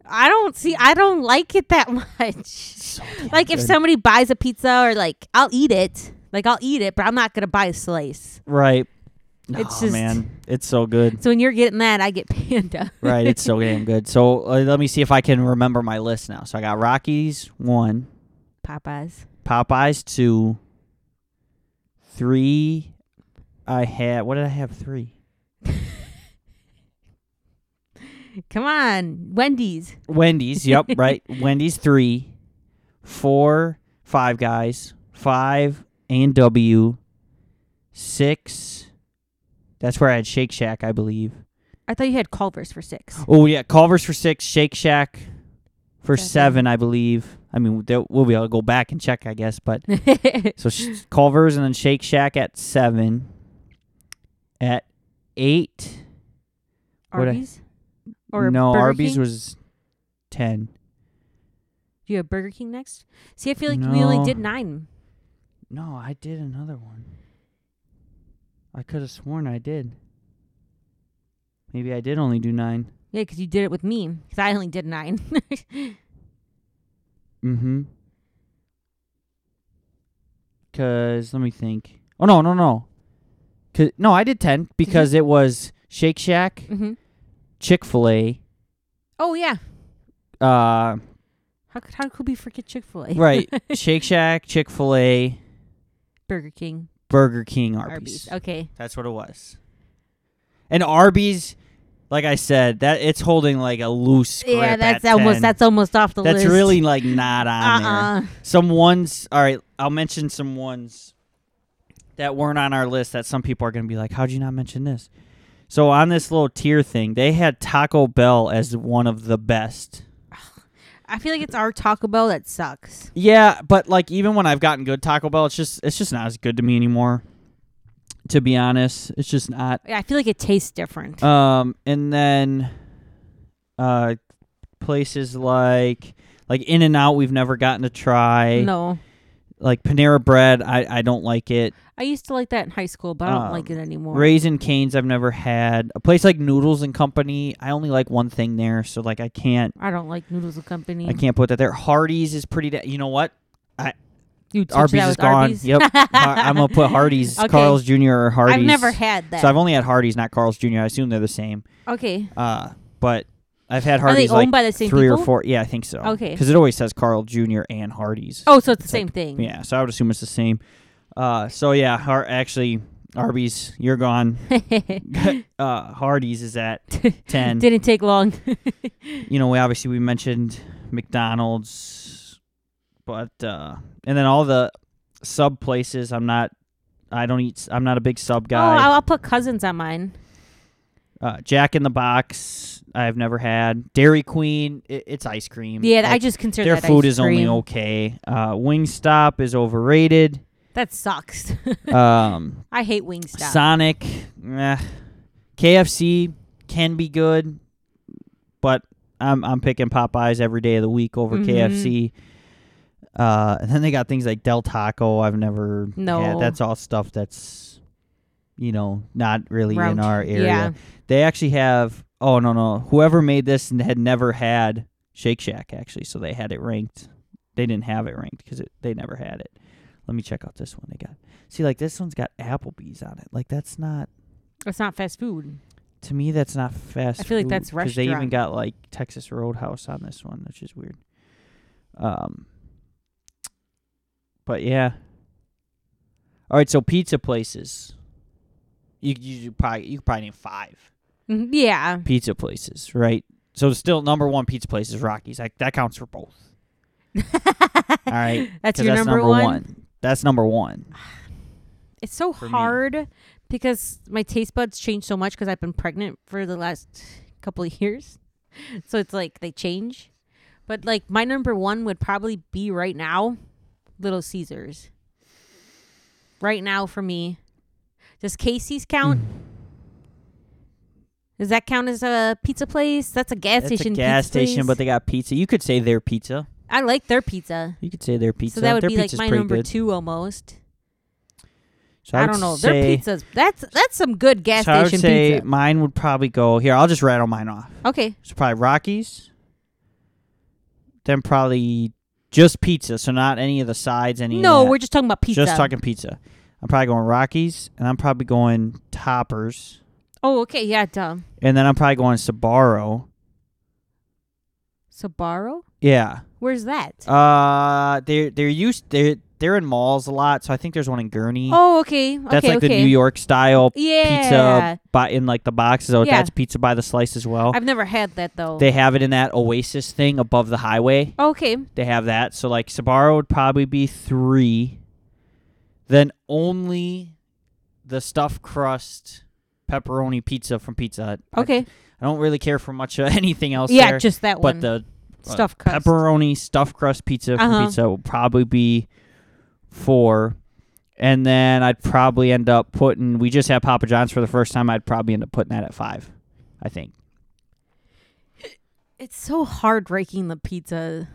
I don't see. I don't like it that [LAUGHS] much.
So damn
like if
good.
somebody buys a pizza or like I'll eat it. Like I'll eat it, but I'm not gonna buy a slice.
right. It's
It's
oh
just-
man, it's so good.
So [LAUGHS] when you're getting that, I get [LAUGHS] panda.
Right, it's so damn
[LAUGHS]
good. So uh, let me see if I can remember my list now. So I got Rockies one,
Popeyes.
Popeyes two, three. I had what did I have three?
Come on, Wendy's.
Wendy's. Yep, right. Wendy's three, four, five guys, five A and W, six. That's where I had Shake Shack, I believe.
I thought you had Culver's for six.
Oh yeah, Culver's for six, Shake Shack for
Seven.
seven, I believe. I mean, there- we'll be able to go back and check, I guess. But
[LAUGHS] That's
so sh- Culver's and then Shake Shack at seven. At eight, What I-
Arby's. Or
no,
Burger
Arby's
King?
was ten.
You have Burger King next. See, I feel like we only
No.
did nine.
No, I did another one. I could have sworn I did. Maybe I did only do nine.
Yeah, because you did it with me. Because I only did nine. [LAUGHS]
Mm-hmm. Cause let me think. Oh no, no, no. 'Cause- no, I did ten because it was Shake Shack,
hmm
Chick Fil A.
Oh yeah. [LAUGHS]
Uh,
How could how could we forget Chick Fil A?
right, Shake Shack, Chick Fil A,
[LAUGHS] Burger King.
Burger King, Arby's.
Arby's. Okay.
That's what it was. And Arby's, like I said, that it's holding like a loose grip.
Yeah, that's
at
almost
10.
that's almost off the
that's
list.
really like not on there.
uh-uh.
Some ones. All right, I'll mention some ones that weren't on our list that some people are going to be like, "How'd you not mention this?" So on this little tier thing, they had Taco Bell as one of the best.
I feel like it's our Taco Bell that sucks.
Yeah, but like even when I've gotten good Taco Bell, it's just it's just not as good to me anymore. To be honest, it's just not.
Yeah, I feel like it tastes different.
Um, and then, uh, places like like In and Out, we've never gotten to try.
no,
Like Panera Bread, I I don't like it.
I used to like that in high school, but I don't
Um,
like it anymore.
Raisin Canes, I've never had. A place like Noodles and Company, I only like one thing there, so like I can't
I don't like Noodles and Company.
I can't put that there. Hardee's is pretty. Da- you know what?
You switch it
Arby's
out
is
with
gone.
Arby's? [LAUGHS]
Yep, Har- I'm gonna put Hardee's,
Okay.
Carl's Jr. or Hardee's.
I've never had that.
So I've only had Hardee's, not Carl's Jr. I assume they're the same.
okay.
Uh, but I've had
Are they
Hardee's
owned
like
by the same
three
people?
or four. Yeah, I think so.
Okay.
Because it always says Carl Jr. and Hardee's.
Oh, so it's the
It's
same thing.
Yeah, so I would assume it's the same. Uh, so yeah, Har- actually, Arby's, you're
[LAUGHS]
gone. [LAUGHS] uh, Hardee's is at ten.
Didn't take long.
you know, we obviously we mentioned McDonald's, but uh, and then all the sub places. I'm not. I don't eat. s- I'm not a big sub
Oh,
guy.
I'll, I'll put cousins on mine.
uh, Jack in the Box. I've never had Dairy Queen. It, it's ice cream.
Yeah, I
Mm, Like,
just consider
their
that
food
ice
is only
cream.
okay. Uh, Wingstop is
[LAUGHS]
overrated.
That sucks. [LAUGHS]
Um,
I hate Wingstop.
Sonic, eh. KFC can be good, but I'm I'm picking Popeyes every day of the week over
Mhm.
KFC. Uh, and then they got things like Del Taco. I've never
No.
had. That's all stuff that's you know not really
Round-
in our area.
Yeah.
They actually have. Oh no no! Whoever made this n- had never had Shake Shack actually, so they had it ranked. They didn't have it ranked because they never had it. Let me check out this one they got. See, like this one's got Applebee's on it. Like that's not
It's not fast food.
to me. That's not fast.
I feel like that's
because they even
restaurant.
got like Texas Roadhouse on this one, which is weird. Um, but yeah. All right, so pizza places. You you, you probably you could probably name five.
Mhm, Yeah.
pizza places, right? So still number one pizza place is Rockies. Like that counts for
[LAUGHS]
both. All right.
That's
'cause
your number, one.
That's number one.
It's so
for me.
hard because my taste buds change so much because I've been pregnant for the last couple of years. [LAUGHS] So it's like they change. But like my number one would probably be right now Little Caesars. Right now for me. Does Casey's count?
Mm.
Does that count as a pizza place? That's a gas
That's
station.
a gas
pizza
station,
place.
but they got pizza. You could say their pizza.
I like their pizza.
You could say their pizza.
So that would
their
be like
pizza's
my
pretty
number
good.
two almost.
So
I
would
don't know.
Say,
Their pizza's that's that's some good gas
so I would
station
say
pizza.
mine would probably go here. I'll just rattle mine off.
Okay.
So probably Rockies. Then probably just pizza. So not any of the sides. Any. of
No,
that.
we're just talking about pizza.
just talking pizza. I'm probably going Rockies, and I'm probably going Toppers.
Oh, okay. Yeah, duh.
And then I'm probably going Sabaro.
Sabaro?
Yeah.
Where's that?
Uh they're they're used they're they're in malls a lot, so I think there's one in Gurney.
oh, okay. Okay.
That's like
okay.
the New York style
Yeah.
pizza but in like the boxes. Oh,
Yeah.
that's pizza by the slice as well.
I've never had that though.
they have it in that Oasis thing above the highway.
okay.
They have that. So like Sabaro would probably be three. Then only the stuffed crust pepperoni pizza from Pizza Hut. I-
Okay.
I, don't really care for much of [LAUGHS] anything else
yeah,
there,
just that
but
one.
the uh,
Stuffed crust.
pepperoni stuffed crust pizza from
Uh-huh.
pizza will probably be four and then i'd probably end up putting we just had papa john's for the first time i'd probably end up putting that at five i think
It's so hard ranking the pizza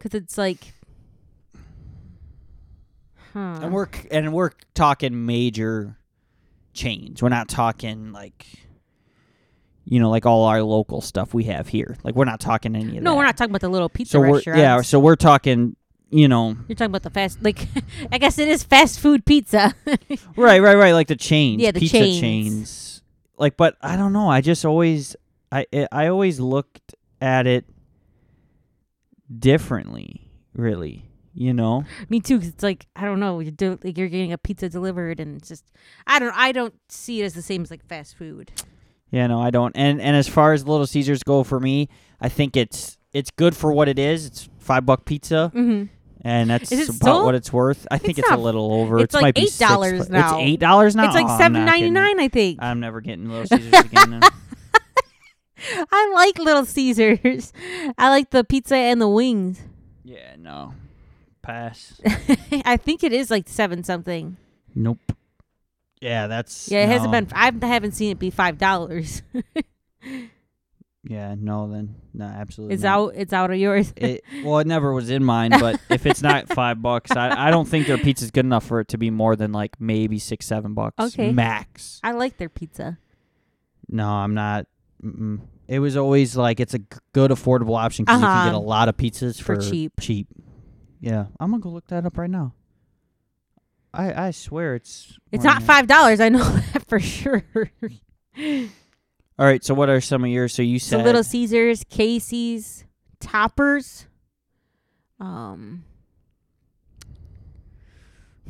cuz it's like Huh.
and we're and we're talking major chains we're not talking like you know like all our local stuff we have here like we're not talking any of
no,
that
we're not talking about the little pizza
so we're
restaurants.
yeah so we're talking you know
You're talking about the fast like [LAUGHS] I guess it is fast food pizza. [LAUGHS]
Right, right, right. Like the chains,
Yeah, the
pizza
chains.
chains. Like, but I don't know. I just always, I, I- I always looked at it differently. Really, you know.
Me too. 'cause it's like I don't know. You're do, like you're getting a pizza delivered, and it's just I don't. I don't see it as the same as like fast food.
Yeah, no, I don't. And and as far as Little Caesars go for me, I think it's it's good for what it is. It's five buck pizza,
Mm-hmm.
and that's
Is
about
it still-
what it's worth. I think
It's
it's,
not-
a little over.
it's
It's,
like
might be six,
$8
but
now.
It's eight dollars now.
it's like
Oh, I'm
seven
not Uh,
ninety
getting that.
nine, I think.
I'm never getting
[LAUGHS]
Little Caesars again. then.
I like Little Caesars. I like the pizza and the wings. [LAUGHS]
yeah, no, pass.
I think it is like seven something.
Nope. Yeah, that's
Yeah, it hasn't
no.
been. I haven't seen it be five dollars.
Yeah, no, then no, absolutely.
it's
not.
out. It's out of yours.
It well, it never was in mine, but if it's
[LAUGHS]
not five bucks, I, I don't think their pizza's good enough for it to be more than like maybe six, seven bucks
Okay.
max.
[LAUGHS] I like their pizza.
No, I'm not. Mm-mm. It was always like it's a g- good affordable option because you
Uh-huh.
can get a lot of pizzas
For
for,
cheap.
Cheap. Yeah, I'm gonna go look that up right now. I I swear it's
It's
more
not
than that.
five dollars. I know [LAUGHS] that for sure.
All right, so what are some of yours? So you
So
said
Little Caesars, Casey's, Toppers. Um.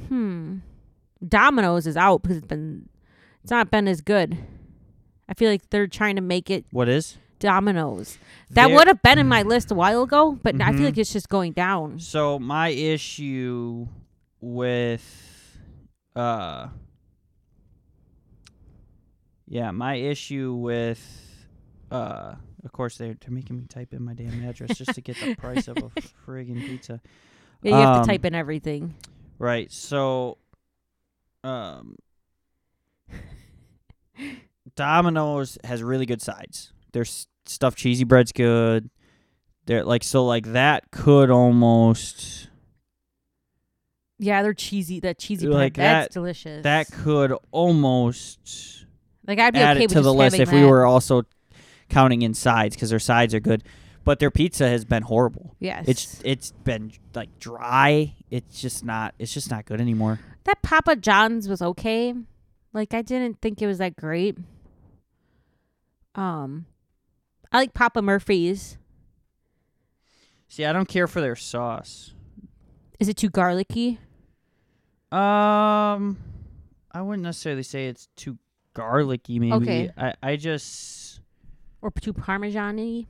Hmm. Domino's is out because it's been it's not been as good. I feel like they're trying to make it
what is
Domino's. That
There-
would have been in my list a while ago, but I
Mhm.
feel like it's just going down.
So my issue with uh Yeah, my issue with uh of course they're, they're making me type in my damn address just to get the price of a friggin' pizza.
Yeah, you have
Um,
to type in everything.
Right. So um Domino's has really good sides. Their s- stuffed cheesy bread's good. They're like so like that could almost
Yeah, they're cheesy. That cheesy
Like
bread, that's
that-
delicious.
that could almost
like I'd be
add
okay
it
with
to the
just
list
having
if we
that.
were also counting in sides because their sides are good. But their pizza has been horrible.
Yes.
It's it's been like dry. It's just not it's just not good anymore.
that Papa John's was okay. Like I didn't think it was that great. Um I like Papa Murphy's.
See, I don't care for their sauce.
Is it too garlicky?
Um, I wouldn't necessarily say it's too garlicky. Maybe
Okay.
I I just
Or too parmesan y?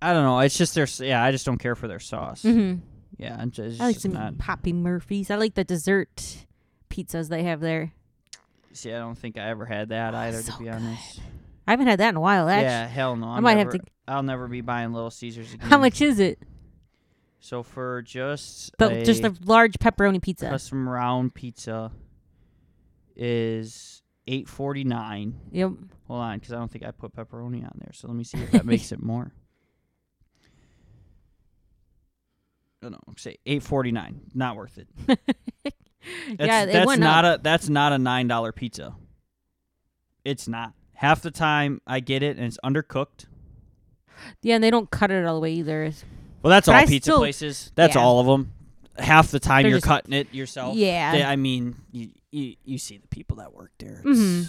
I don't know. It's just their s- yeah. I just don't care for their sauce.
Mm-hmm.
Yeah, it's, it's
I like
just
some
not.
Poppy Murphy's. I like the dessert pizzas they have there.
See, I don't think I ever had that
Oh,
either.
so
to be honest.
I haven't had that in a while, actually.
yeah, hell no. I'm
might have
never,
to-
I'll never be buying Little Caesars again.
[LAUGHS] How much is it?
So for just
The,
a
just a large pepperoni pizza.
custom round pizza is eight forty nine.
Yep. [LAUGHS]
Hold on, because I don't think I put pepperoni on there. So let me see if that
[LAUGHS]
makes it more. No, no, say eight forty nine. Not worth it. That's,
yeah, it
that's
went
not
up.
a that's not a nine dollar pizza. It's not. Half the time I get it and it's undercooked.
yeah, and they don't cut it all the way either. It's-
Well, that's
But
all
I
pizza
still-
places. That's
yeah.
all of them. Half the time
They're
you're
just-
cutting it yourself.
Yeah.
They- I mean, you, you you see the people that work there. It's,
Mhm.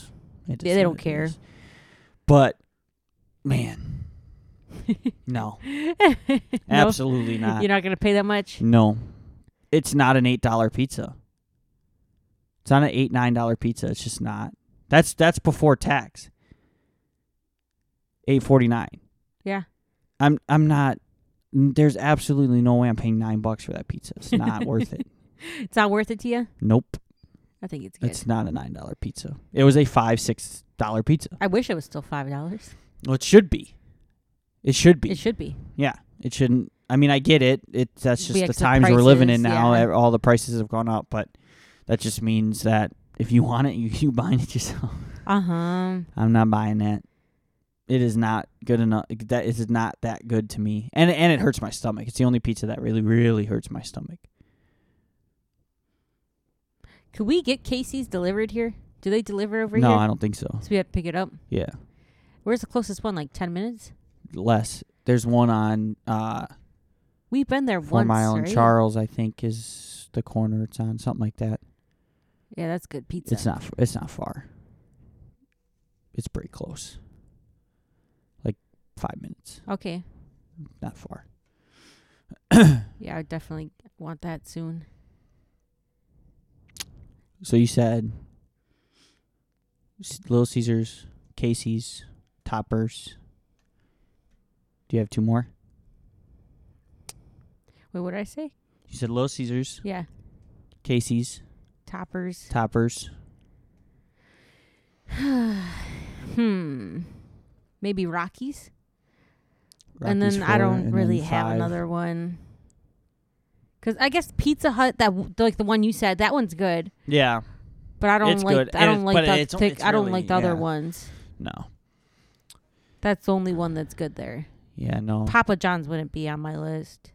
it
They-
is
they
what
don't
it
care.
is. But man, no,
[LAUGHS] No,
absolutely not.
You're not going to pay that much?
No, it's not an eight dollar pizza. It's not an eight nine dollar pizza. It's just not. That's that's before tax. Eight forty nine.
Yeah.
I'm I'm not. There's absolutely no way I'm paying nine bucks for that pizza. It's not worth it.
It's not worth it to you?
Nope.
I think it's good.
It's not a nine dollar pizza. It was a five six dollar pizza.
I wish it was still $5.
Well, it should be. It should be.
It should be.
Yeah, it shouldn't. I mean, I get it. It that's just
We
the
accept
times we're living in
prices,
now.
yeah.
Ev- All the prices have gone up, but that just means that if you [LAUGHS] want it, you you buying it yourself. [LAUGHS]
Uh huh.
I'm not buying that. It is not good enough. That is not that good to me, and and it hurts my stomach. It's the only pizza that really really hurts my stomach.
Could we get Casey's delivered here? Do they deliver over
no,
here?
I don't think so.
So we have to pick it up.
Yeah,
Where's the closest one? Like 10 minutes?
less. There's one on uh
We've been there
Four
once.
Mile and
right?
Charles. I think is the corner it's on, something like that.
Yeah, that's good pizza.
It's not. f- It's not far. It's pretty close. Like five minutes.
Okay.
Not far.
Yeah, I definitely want that soon.
So you said S- Little Caesars, Casey's, Toppers. Do you have two more?
Wait, what did I say?
You said Little Caesars,
Yeah,
Casey's,
toppers. [SIGHS]
Toppers.
Hmm. Maybe Rockies? and
Rocky's
then I
four,
don't
and
really
then
have
five.
another one. Cause I guess Pizza Hut that w- like the one you said that one's good,
Yeah.
but I don't
It's
like
good,
I
and
don't
it's-
like
but
the
it's-
thick,
it's
I don't
really-
like the other
yeah.
ones.
No.
That's the only one that's good there.
Yeah. No.
Papa John's wouldn't be on my list.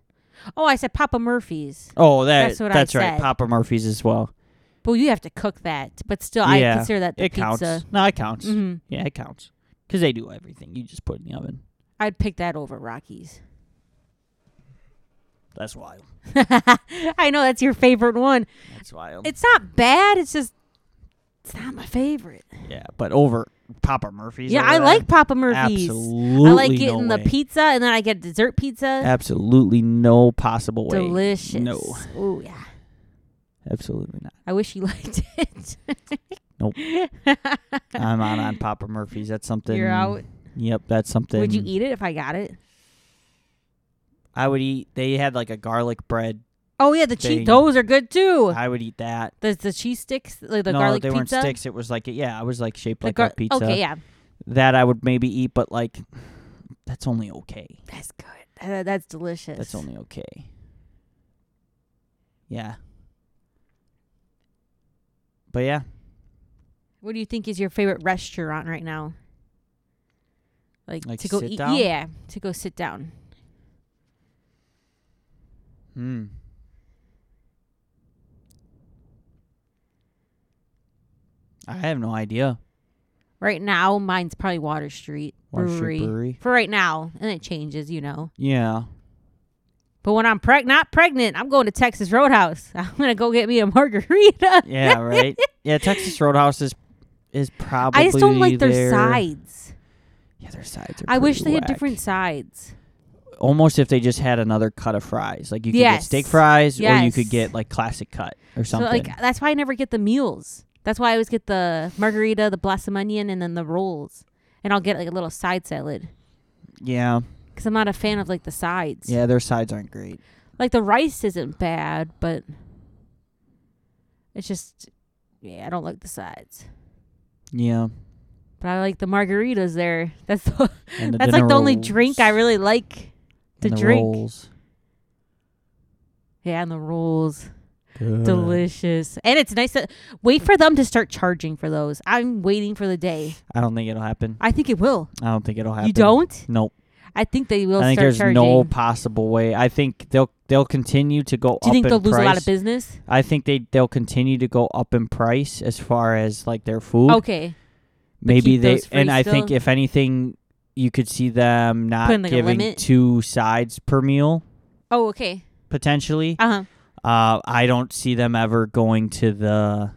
Oh, I said Papa Murphy's.
oh, that,
that's what I
that's right.
said.
Papa Murphy's as well.
But you have to cook that. But still,
Yeah,
I consider that the
it counts.
pizza.
No, it counts.
hmm
Yeah, it counts. Because they do everything. You just put it in the oven.
I'd pick that over Rockies. [LAUGHS]
That's wild.
I know that's your favorite one.
That's wild.
It's not bad. It's just it's not my favorite.
yeah, but over Papa Murphy's.
yeah,
over
I
there?
like Papa Murphy's.
Absolutely.
I like getting
no
the
way.
pizza and then I get dessert pizza.
Absolutely no possible way.
Delicious.
No.
Oh yeah.
Absolutely
[LAUGHS]
not.
I wish you liked it. [LAUGHS]
Nope. Uh, I'm on on Papa Murphy's. That's something.
You're out.
Yep, that's something.
Would you eat it if I got it?
I would eat. They had like a garlic bread.
Oh yeah, the
They-
cheese. Those are good too.
I would eat that.
The the cheese sticks, like the
no,
garlic
they
pizza.
weren't sticks. It was like yeah, I was like shaped
The
like
gar-
a pizza.
Okay, yeah,
That I would maybe eat, but like that's only okay.
that's good. Uh, that's delicious.
That's only okay. Yeah. But yeah,
What do you think is your favorite restaurant right now? Like,
Like
to go
sit
eat?
down?
Yeah, to go sit down.
Hmm. I have no idea.
Right now, mine's probably Water Street
Water Street
Brewery.
Brewery.
For right now, and it changes, you know.
Yeah.
But when I'm preg- not pregnant, I'm going to Texas Roadhouse. [LAUGHS] I'm gonna go get me a margarita. [LAUGHS]
Yeah, right. yeah, Texas Roadhouse is is probably
I just don't like their
their
sides.
Yeah, their sides are
I wish
pretty
they had
whack.
different sides.
Almost if they just had another cut of fries. Like you could get
Yes.
steak fries or you could
Yes.
get like classic cut or something.
So like that's why I never get the meals. That's why I always get the margarita, the blossom onion, and then the rolls. And I'll get like a little side salad
yeah.
because I'm not a fan of like the sides.
Yeah, their sides aren't great.
Like the rice isn't bad, but it's just yeah, I don't like the sides.
Yeah.
But I like the margaritas there. [LAUGHS] That's the,
And the
that's like
dinner
the only drink I
rolls
really like to
and the
drink.
rolls.
Yeah, and the rolls.
Good.
Delicious. And it's nice to wait for them to start charging for those. I'm waiting for the day.
I don't think it'll happen.
I think it will.
I don't think it'll happen.
You don't?
Nope.
I think they will
I think
start
there's
charging.
no possible way. I think they'll they'll continue to go
Do you
up
think
in
they'll lose a lot
price.
of business?
I think they they'll continue to go up in price as far as like their food.
Okay.
Maybe
Oh, keep
they
those free
and I think
still?
if anything, you could see them not
Putting, like, a
giving
limit?
two sides per meal
Oh, okay.
potentially.
Uh huh.
Uh, I don't see them ever going to the.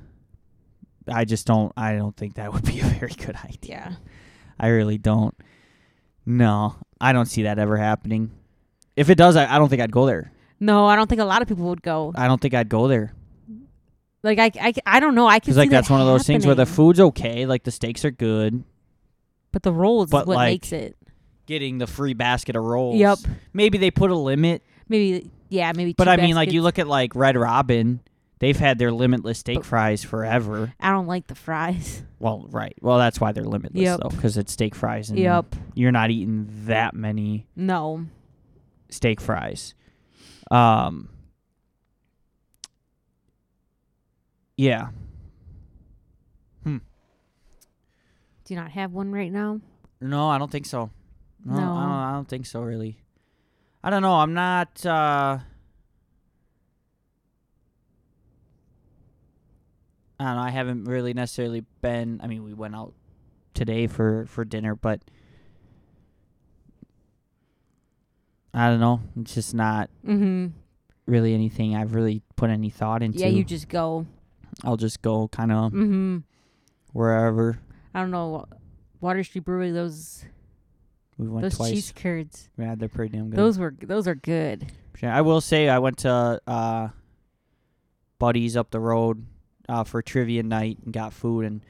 I just don't. I don't think that would be a very good idea.
Yeah.
I really don't. No, I don't see that ever happening. If it does, I, I don't think I'd go there.
No, I don't think a lot of people would go.
I don't think I'd go there
Like I, I, I don't know. I can
because
see
like
that
that's one of those things where the
happening.
food's okay, like the steaks are good.
but the rolls
but,
is what
like,
makes it.
Getting the free basket of rolls.
Yep.
Maybe they put a limit,
Maybe yeah. Maybe.
but
two
I mean, like you
baskets.
look at like Red Robin, they've had their limitless steak
But-
fries forever.
I don't like the fries.
Well, right. Well, that's why they're limitless
Yep.
though, because it's steak fries and
Yep.
you're not eating that many
No.
steak fries. Um. Yeah.
Do you not have one right now?
No, I don't think so. No, I,
No.
don't, I don't think so. Really, I don't know. I'm not. uh I don't know. I haven't really necessarily been. I mean, we went out today for for dinner, but I don't know. It's just not
Mm-hmm.
really anything I've really put any thought into.
Yeah, you just go.
I'll just go kind of
Mm-hmm.
wherever
I don't know. Water Street Brewery. Those
we went
those
twice.
cheese curds.
Yeah, they're pretty damn good.
Those were those are good.
Yeah, I will say I went to uh, buddies up the road uh, for trivia night and got food and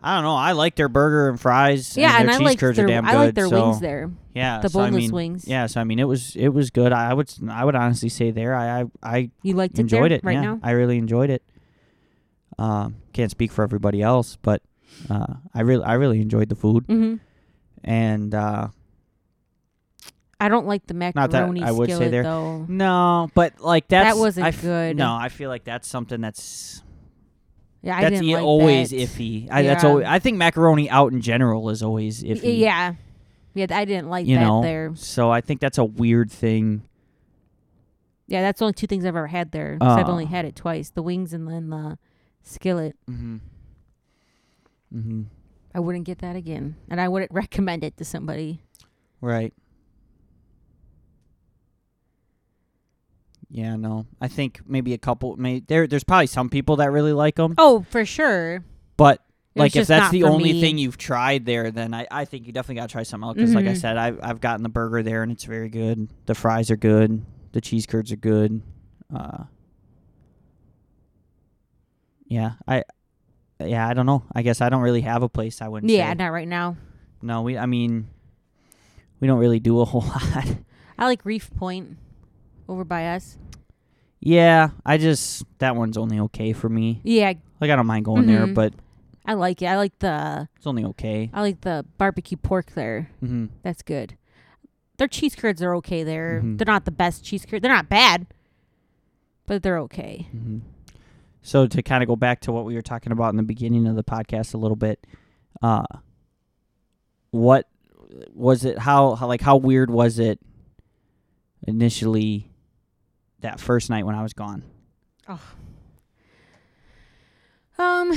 I don't know. I like their burger and fries.
yeah,
and
and
their
I
cheese
like
curds
their
are damn
I
good.
like their
so,
wings there.
Yeah,
The
so, I
boneless
mean,
wings.
Yeah, so I mean, it was it was good. I, I would s- I would honestly say there I I, I
You liked it
enjoyed
there
it
right
yeah,
now.
I really enjoyed it. Um, can't speak for everybody else, but uh, I really I really enjoyed the food
Mm-hmm.
and uh,
I don't like the
that
macaroni
I would say
skillet
they're-
though.
no, but like that's
wasn't
I f-
good.
No, I feel like that's something that's
Yeah, I
that's
didn't
i-
like
always
that.
iffy. I, That's
Yeah.
always, I think macaroni out in general is always
Y-
iffy.
Yeah, yeah, th- I didn't like
you
that
know.
there.
So I think that's a weird thing.
Yeah, that's the only two things I've ever had there. 'cause I've
Uh.
only had it twice: the wings and then the skillet.
Mm-hmm. Mm-hmm.
I wouldn't get that again, and I wouldn't [LAUGHS] recommend it to somebody.
Right. Yeah. No. I think maybe a couple. May there. There's probably some people that really like them,
Oh, for sure.
but.
It was
Like if
just
that's
not
the
for
only
me.
thing you've tried there, then I, I think you definitely gotta try something else. Because like I
Mhm.
said, I've I've gotten the burger there and it's very good. The fries are good. The cheese curds are good. Uh, yeah, I yeah I don't know. I guess I don't really have a place I wouldn't.
Yeah,
say.
not right now.
no, we I mean we don't really do a [LAUGHS] whole lot.
I like Reef Point over by us.
yeah, I just that one's only okay for me.
Yeah,
Like I don't mind going there,
Mhm.
but
I like it. I like the
it's only okay.
I like the barbecue pork there.
hmm
That's good. Their cheese curds are okay there.
Mhm.
They're not the best cheese curd. They're not bad, but they're okay.
hmm So to kind of go back to what we were talking about in the beginning of the podcast a little bit, uh, what was it? How, how like how weird was it initially that first night when I was gone?
[SIGHS] Um,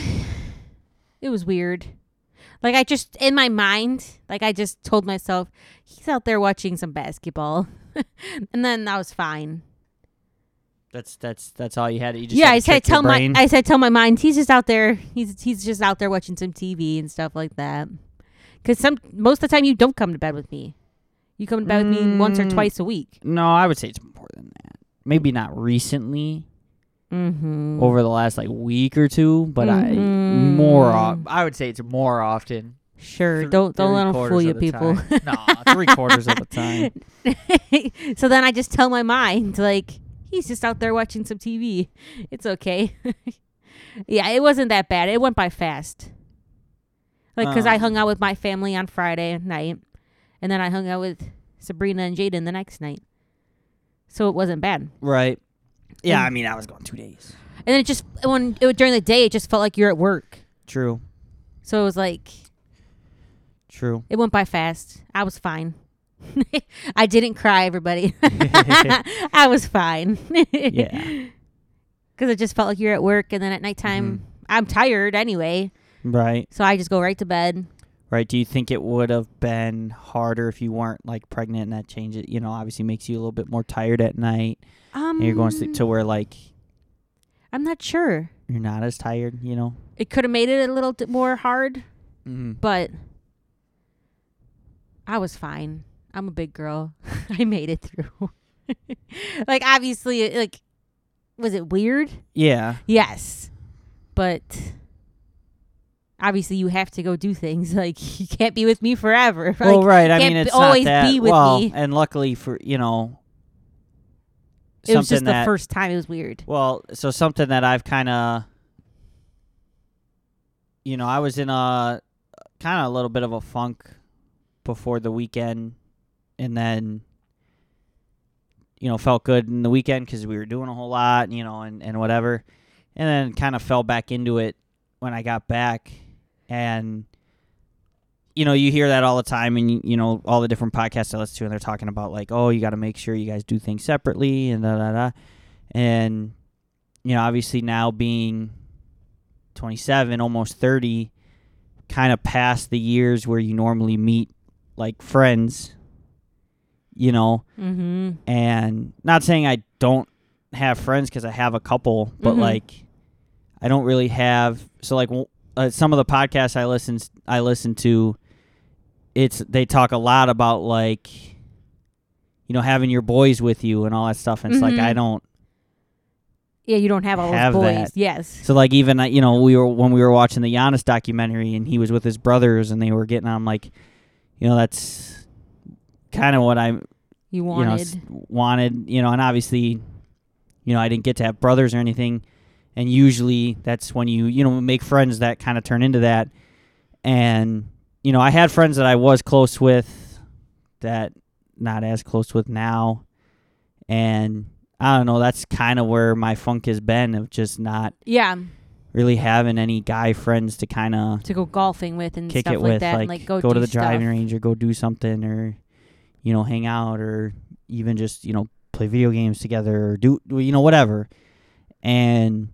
it was weird. Like I just in my mind, like I just told myself he's out there watching some basketball, [LAUGHS] and then I was fine.
That's that's that's all you had. You just
yeah,
had to
I said
trick your
tell my
brain.
I said tell my mind he's just out there he's he's just out there watching some TV and stuff like that. Because some most of the time you don't come to bed with me, you come to bed with me once or
Mm.
twice a week.
no, I would say it's more than that. Maybe not recently,
Mm-hmm.
over the last like week or two, but I more. Off, I would say it's more often.
Sure,
Three-
don't don't let
three
them
quarters
fool you,
of the
people.
time. Nah, three quarters
[LAUGHS]
of the time.
so then I just tell my mind like he's just out there watching some TV. It's okay. [LAUGHS] yeah, it wasn't that bad. It went by fast. Like because I
Um.
hung out with my family on Friday night, and then I hung out with Sabrina and Jaden the next night. So it wasn't bad.
Right. Yeah,
Mm.
I mean, I was gone two days.
And then it just when it, during the day it just felt like you're at work.
True.
So it was like [LAUGHS]
True. [LAUGHS]
It went by fast. I was fine. [LAUGHS] I didn't
[LAUGHS]
cry, everybody. [LAUGHS] I was fine. [LAUGHS]
Yeah.
Because it just felt like you're at work, and then at
Mhm.
nighttime, I'm tired anyway.
Right.
So I just go right to bed.
Right. Do you think it would have been harder if you weren't like pregnant and that change it, you know, obviously makes you a little bit more tired at night
Um,
and you're going to sleep to where like
I'm not sure.
you're not as tired, you know?
It could have made it a little bit more hard,
Mm.
but I was fine. I'm a big girl. [LAUGHS] I made it through. [LAUGHS] like, obviously, it- like, was it weird?
Yeah.
Yes. But obviously you have to go do things. [LAUGHS] Like you can't be with me forever.
well,
like
right. I
can't
mean,
b-
it's
always
not that.
be with
well,
me.
and luckily for, you know,
it was just
something that
the first time it was weird.
Well, so something that I've kind of, you know, I was in a kind of a little bit of a funk before the weekend, and then, you know, felt good in the weekend because we were doing a whole lot, you know, and and whatever, and then kind of fell back into it when I got back, and. You know, you hear that all the time, and you- you know all the different podcasts I listen to, and they're talking about like, oh, you got to make sure you guys do things separately, and da da da and you know obviously now being 27 almost 30 kind of past the years where you normally meet like friends you know
Mm-hmm.
and not saying i don't have friends because i have a couple but
Mhm.
like i don't really have so like w- uh, some of the podcasts i listen i listen to it's they talk a lot about like you know having your boys with you and all that stuff and it's
Mhm.
like i don't
Yeah, you don't have all
Have
those boys.
that.
Yes.
So like even uh, you know we were when we were watching the Giannis documentary and he was with his brothers and they were getting on like, you know that's kind of what I you
You
know
wanted.
s- wanted you know and obviously, you know I didn't get to have brothers or anything, and usually that's when you you know make friends that kind of turn into that, and you know I had friends that I was close with, that not as close with now, and I don't know that's kind of where my funk has been of just not
yeah.
really having any guy friends to kind of
To go golfing with and
kick
stuff
it
like
with,
that.
like,
and like go,
to
do
the driving
stuff.
range or go do something or you know hang out or even just you know play video games together or do you know whatever, and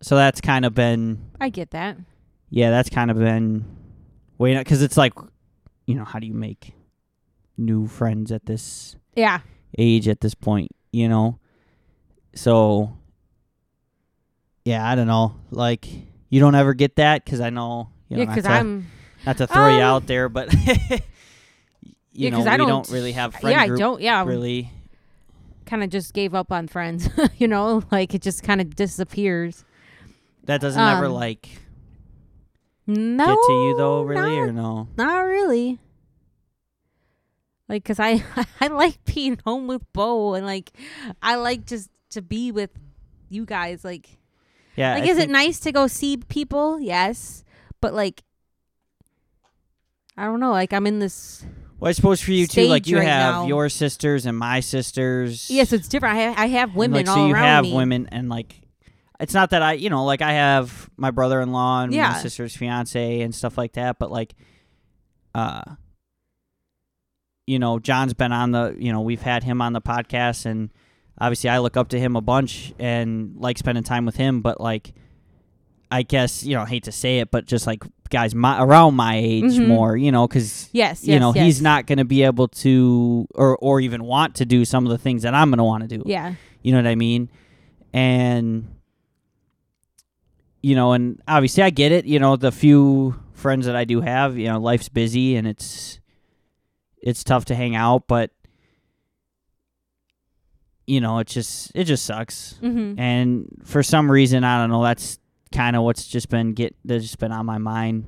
so that's kind of been
I get that.
yeah that's kind of been waiting because it's like you know how do you make new friends at this
Yeah.
age at this point, you know. So yeah, I don't know. Like you don't ever get that cuz I know, you know,
Yeah,
not
because
to-
I'm.
not to throw you
Um,
out there, but [LAUGHS] you
yeah,
know,
'cause
we
I
don't,
don't,
really have friend
Yeah,
group
I don't. um, Yeah,
really.
kind of just gave up on friends. [LAUGHS] you know, like it just kind of disappears.
That doesn't ever
um,
like
No.
get to you though, really
not
or no?
Not really. Like, cause I [LAUGHS] I like being home with Bo, and like I like just to be with you guys. Like,
Yeah.
like
I
is it
think-
nice to go see people? Yes, but like, I don't know. Like, I'm in this.
Well, I suppose for you too like
stage
you
right
have
now?
your sisters and my sisters.
Yes, it's different. I have, I have
And,
women
like,
all
so you
around
have
me.
women and like it's not that i you know like i have my brother-in-law and
Yeah.
my sister's fiance and stuff like that but like uh you know john's been on the you know we've had him on the podcast and obviously i look up to him a bunch and like spending time with him but like I guess you know, hate to say it, but just like guys my, around my age
Mhm.
more, you know, because
Yes,
you
yes,
know
yes.
he's not going to be able to or or even want to do some of the things that I'm going to want to do.
Yeah.
You know what I mean? And you know, and obviously I get it, you know, the few friends that I do have, you know, life's busy and it's it's tough to hang out, but you know, it just it just sucks.
Mm-hmm.
And for some reason, I don't know, that's kind of what's just been get that's just been on my mind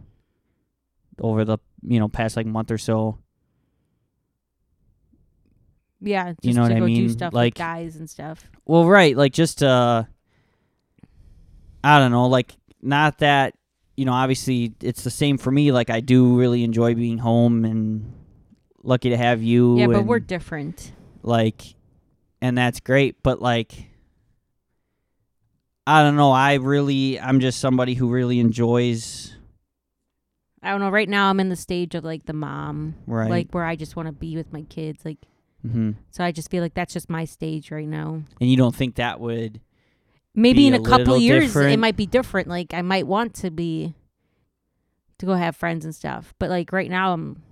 over the, you know, past like month or so.
Yeah. Just
know what
to
I
go do
mean?
stuff
Like-
with guys and stuff.
Well, right, like just uh I don't know, like not that, you know, obviously it's the same for me like I do really enjoy being home and lucky to have you
yeah, but we're
and,
different.
like and that's great, but like I don't know, I really I'm just somebody who really enjoys
I don't know. Right now, I'm in the stage of like the mom,
right
like where I just want to be with my kids. Like,
hmm
so I just feel like that's just my stage right now.
and you don't think that would
Maybe
Be
in
a
a couple
little
years, it
different.
might be different. Like, I might want to be to go have friends and stuff. But like right now, I'm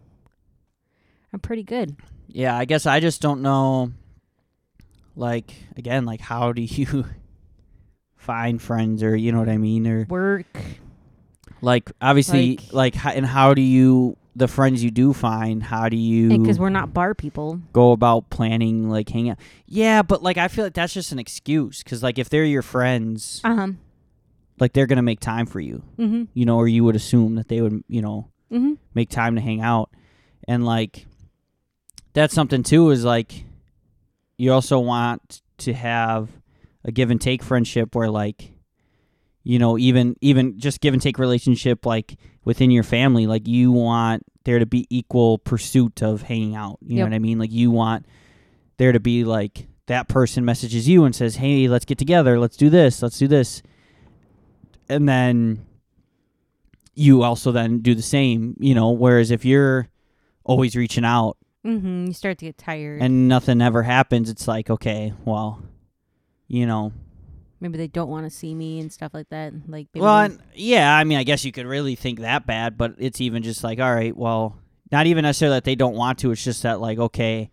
I'm pretty good.
yeah i guess i just don't know like again like how do [LAUGHS] you find friends or you know what i mean or
Work.
like obviously
Like-
like, ho- and how do you the friends you do find how do you
because we're not bar people.
go about planning like hang out yeah but like i feel like that's just an excuse because like if they're your friends
Uh huh.
like they're gonna make time for you
Mm-hmm.
you know or you would assume that they would you know
Mm-hmm.
make time to hang out and like that's something too is like you also want to have a give and take friendship where like you know even even just give and take relationship like within your family like you want there to be equal pursuit of hanging out you know
Yep.
what i mean like you want there to be like that person messages you and says hey let's get together let's do this let's do this and then you also then do the same you know whereas if you're always reaching out
Mm-hmm. You start to get tired.
and nothing ever happens, it's like, okay, well, you know.
maybe they don't want to see me and stuff like that. Like, maybe
Well,
they-
and- yeah, I mean, I guess you could really think that bad, but it's even just like, all right, well, not even necessarily that they don't want to. It's just that, like, okay,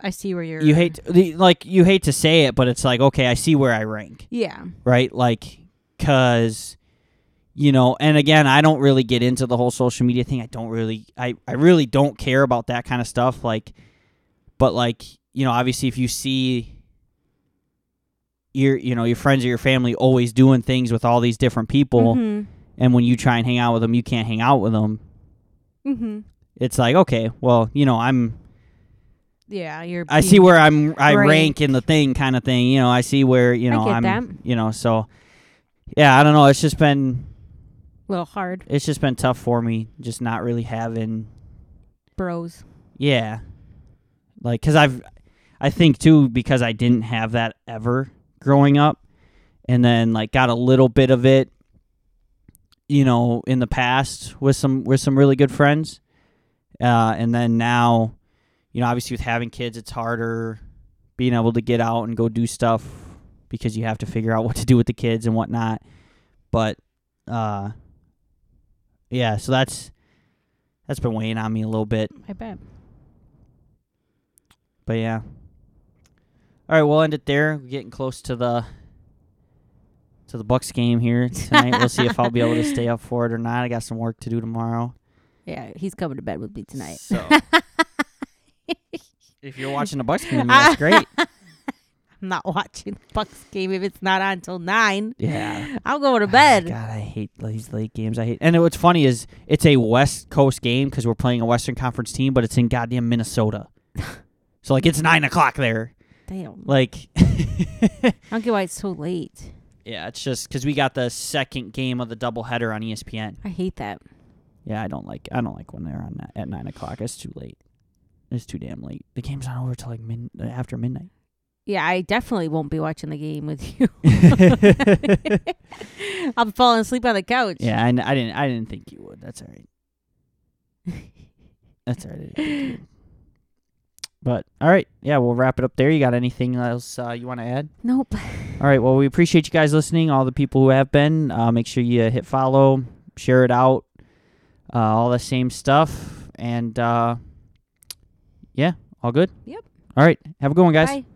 I see where you're.
you hate, the- like, you hate to say it, but it's like, okay, I see where I rank,
Yeah.
right? Like, cause, you know, and again, I don't really get into the whole social media thing. I don't really, I, I really don't care about that kind of stuff. Like, but like you know obviously if you see your you know your friends or your family always doing things with all these different people
Mhm.
and when you try and hang out with them you can't hang out with them
Mhm.
it's like okay well you know i'm
Yeah, you're.
i see where i'm i
Right.
rank, in the thing kind of thing you know i see where you
I
know
get
i'm
that.
you know so yeah i don't know it's just been
a little hard,
it's just been tough for me just not really having
bros.
Yeah. Like, because I've, I think too, because I didn't have that ever growing up and then like got a little bit of it, you know, in the past with some, with some really good friends. Uh, and then now, you know, obviously with having kids, it's harder being able to get out and go do stuff because you have to figure out what to do with the kids and whatnot. But, uh, yeah, so that's, that's been weighing on me a little bit.
I bet.
But yeah. All right, we'll end it there. We're getting close to the to the Bucks game here tonight. we'll see if I'll be able to stay up for it or not. I got some work to do tomorrow.
Yeah, he's coming to bed with me tonight.
So [LAUGHS] if you're watching the Bucks game, that's great.
I'm not [LAUGHS] watching the Bucks game if it's not on till nine.
Yeah.
I'm going to bed.
God, I hate these late games. I hate. And what's funny is it's a West Coast game because we're playing a Western Conference team, but it's in goddamn [LAUGHS] Minnesota. so like it's nine o'clock there.
Damn.
Like. [LAUGHS]
I don't get why it's so late.
Yeah, it's just because we got the second game of the doubleheader on E ESPN.
I hate that.
Yeah, I don't like I don't like when they're on that at nine o'clock. It's too late. It's too damn late. The game's not over till like min after midnight.
Yeah, I definitely won't be watching the game
[LAUGHS]
with you.
yeah,
I'm falling asleep on the couch. [LAUGHS]
I, kn- I didn't I didn't think you would. That's all right. That's all right. I didn't think you would. But all right, yeah, we'll wrap it up there. You got anything else uh, you want to add?
Nope.
All right. Well, we appreciate you guys listening. All the people who have been, uh, make sure you hit follow, share it out, uh, all the same stuff, and uh, yeah, all good.
Yep.
All right. Have a good one, guys.
Bye.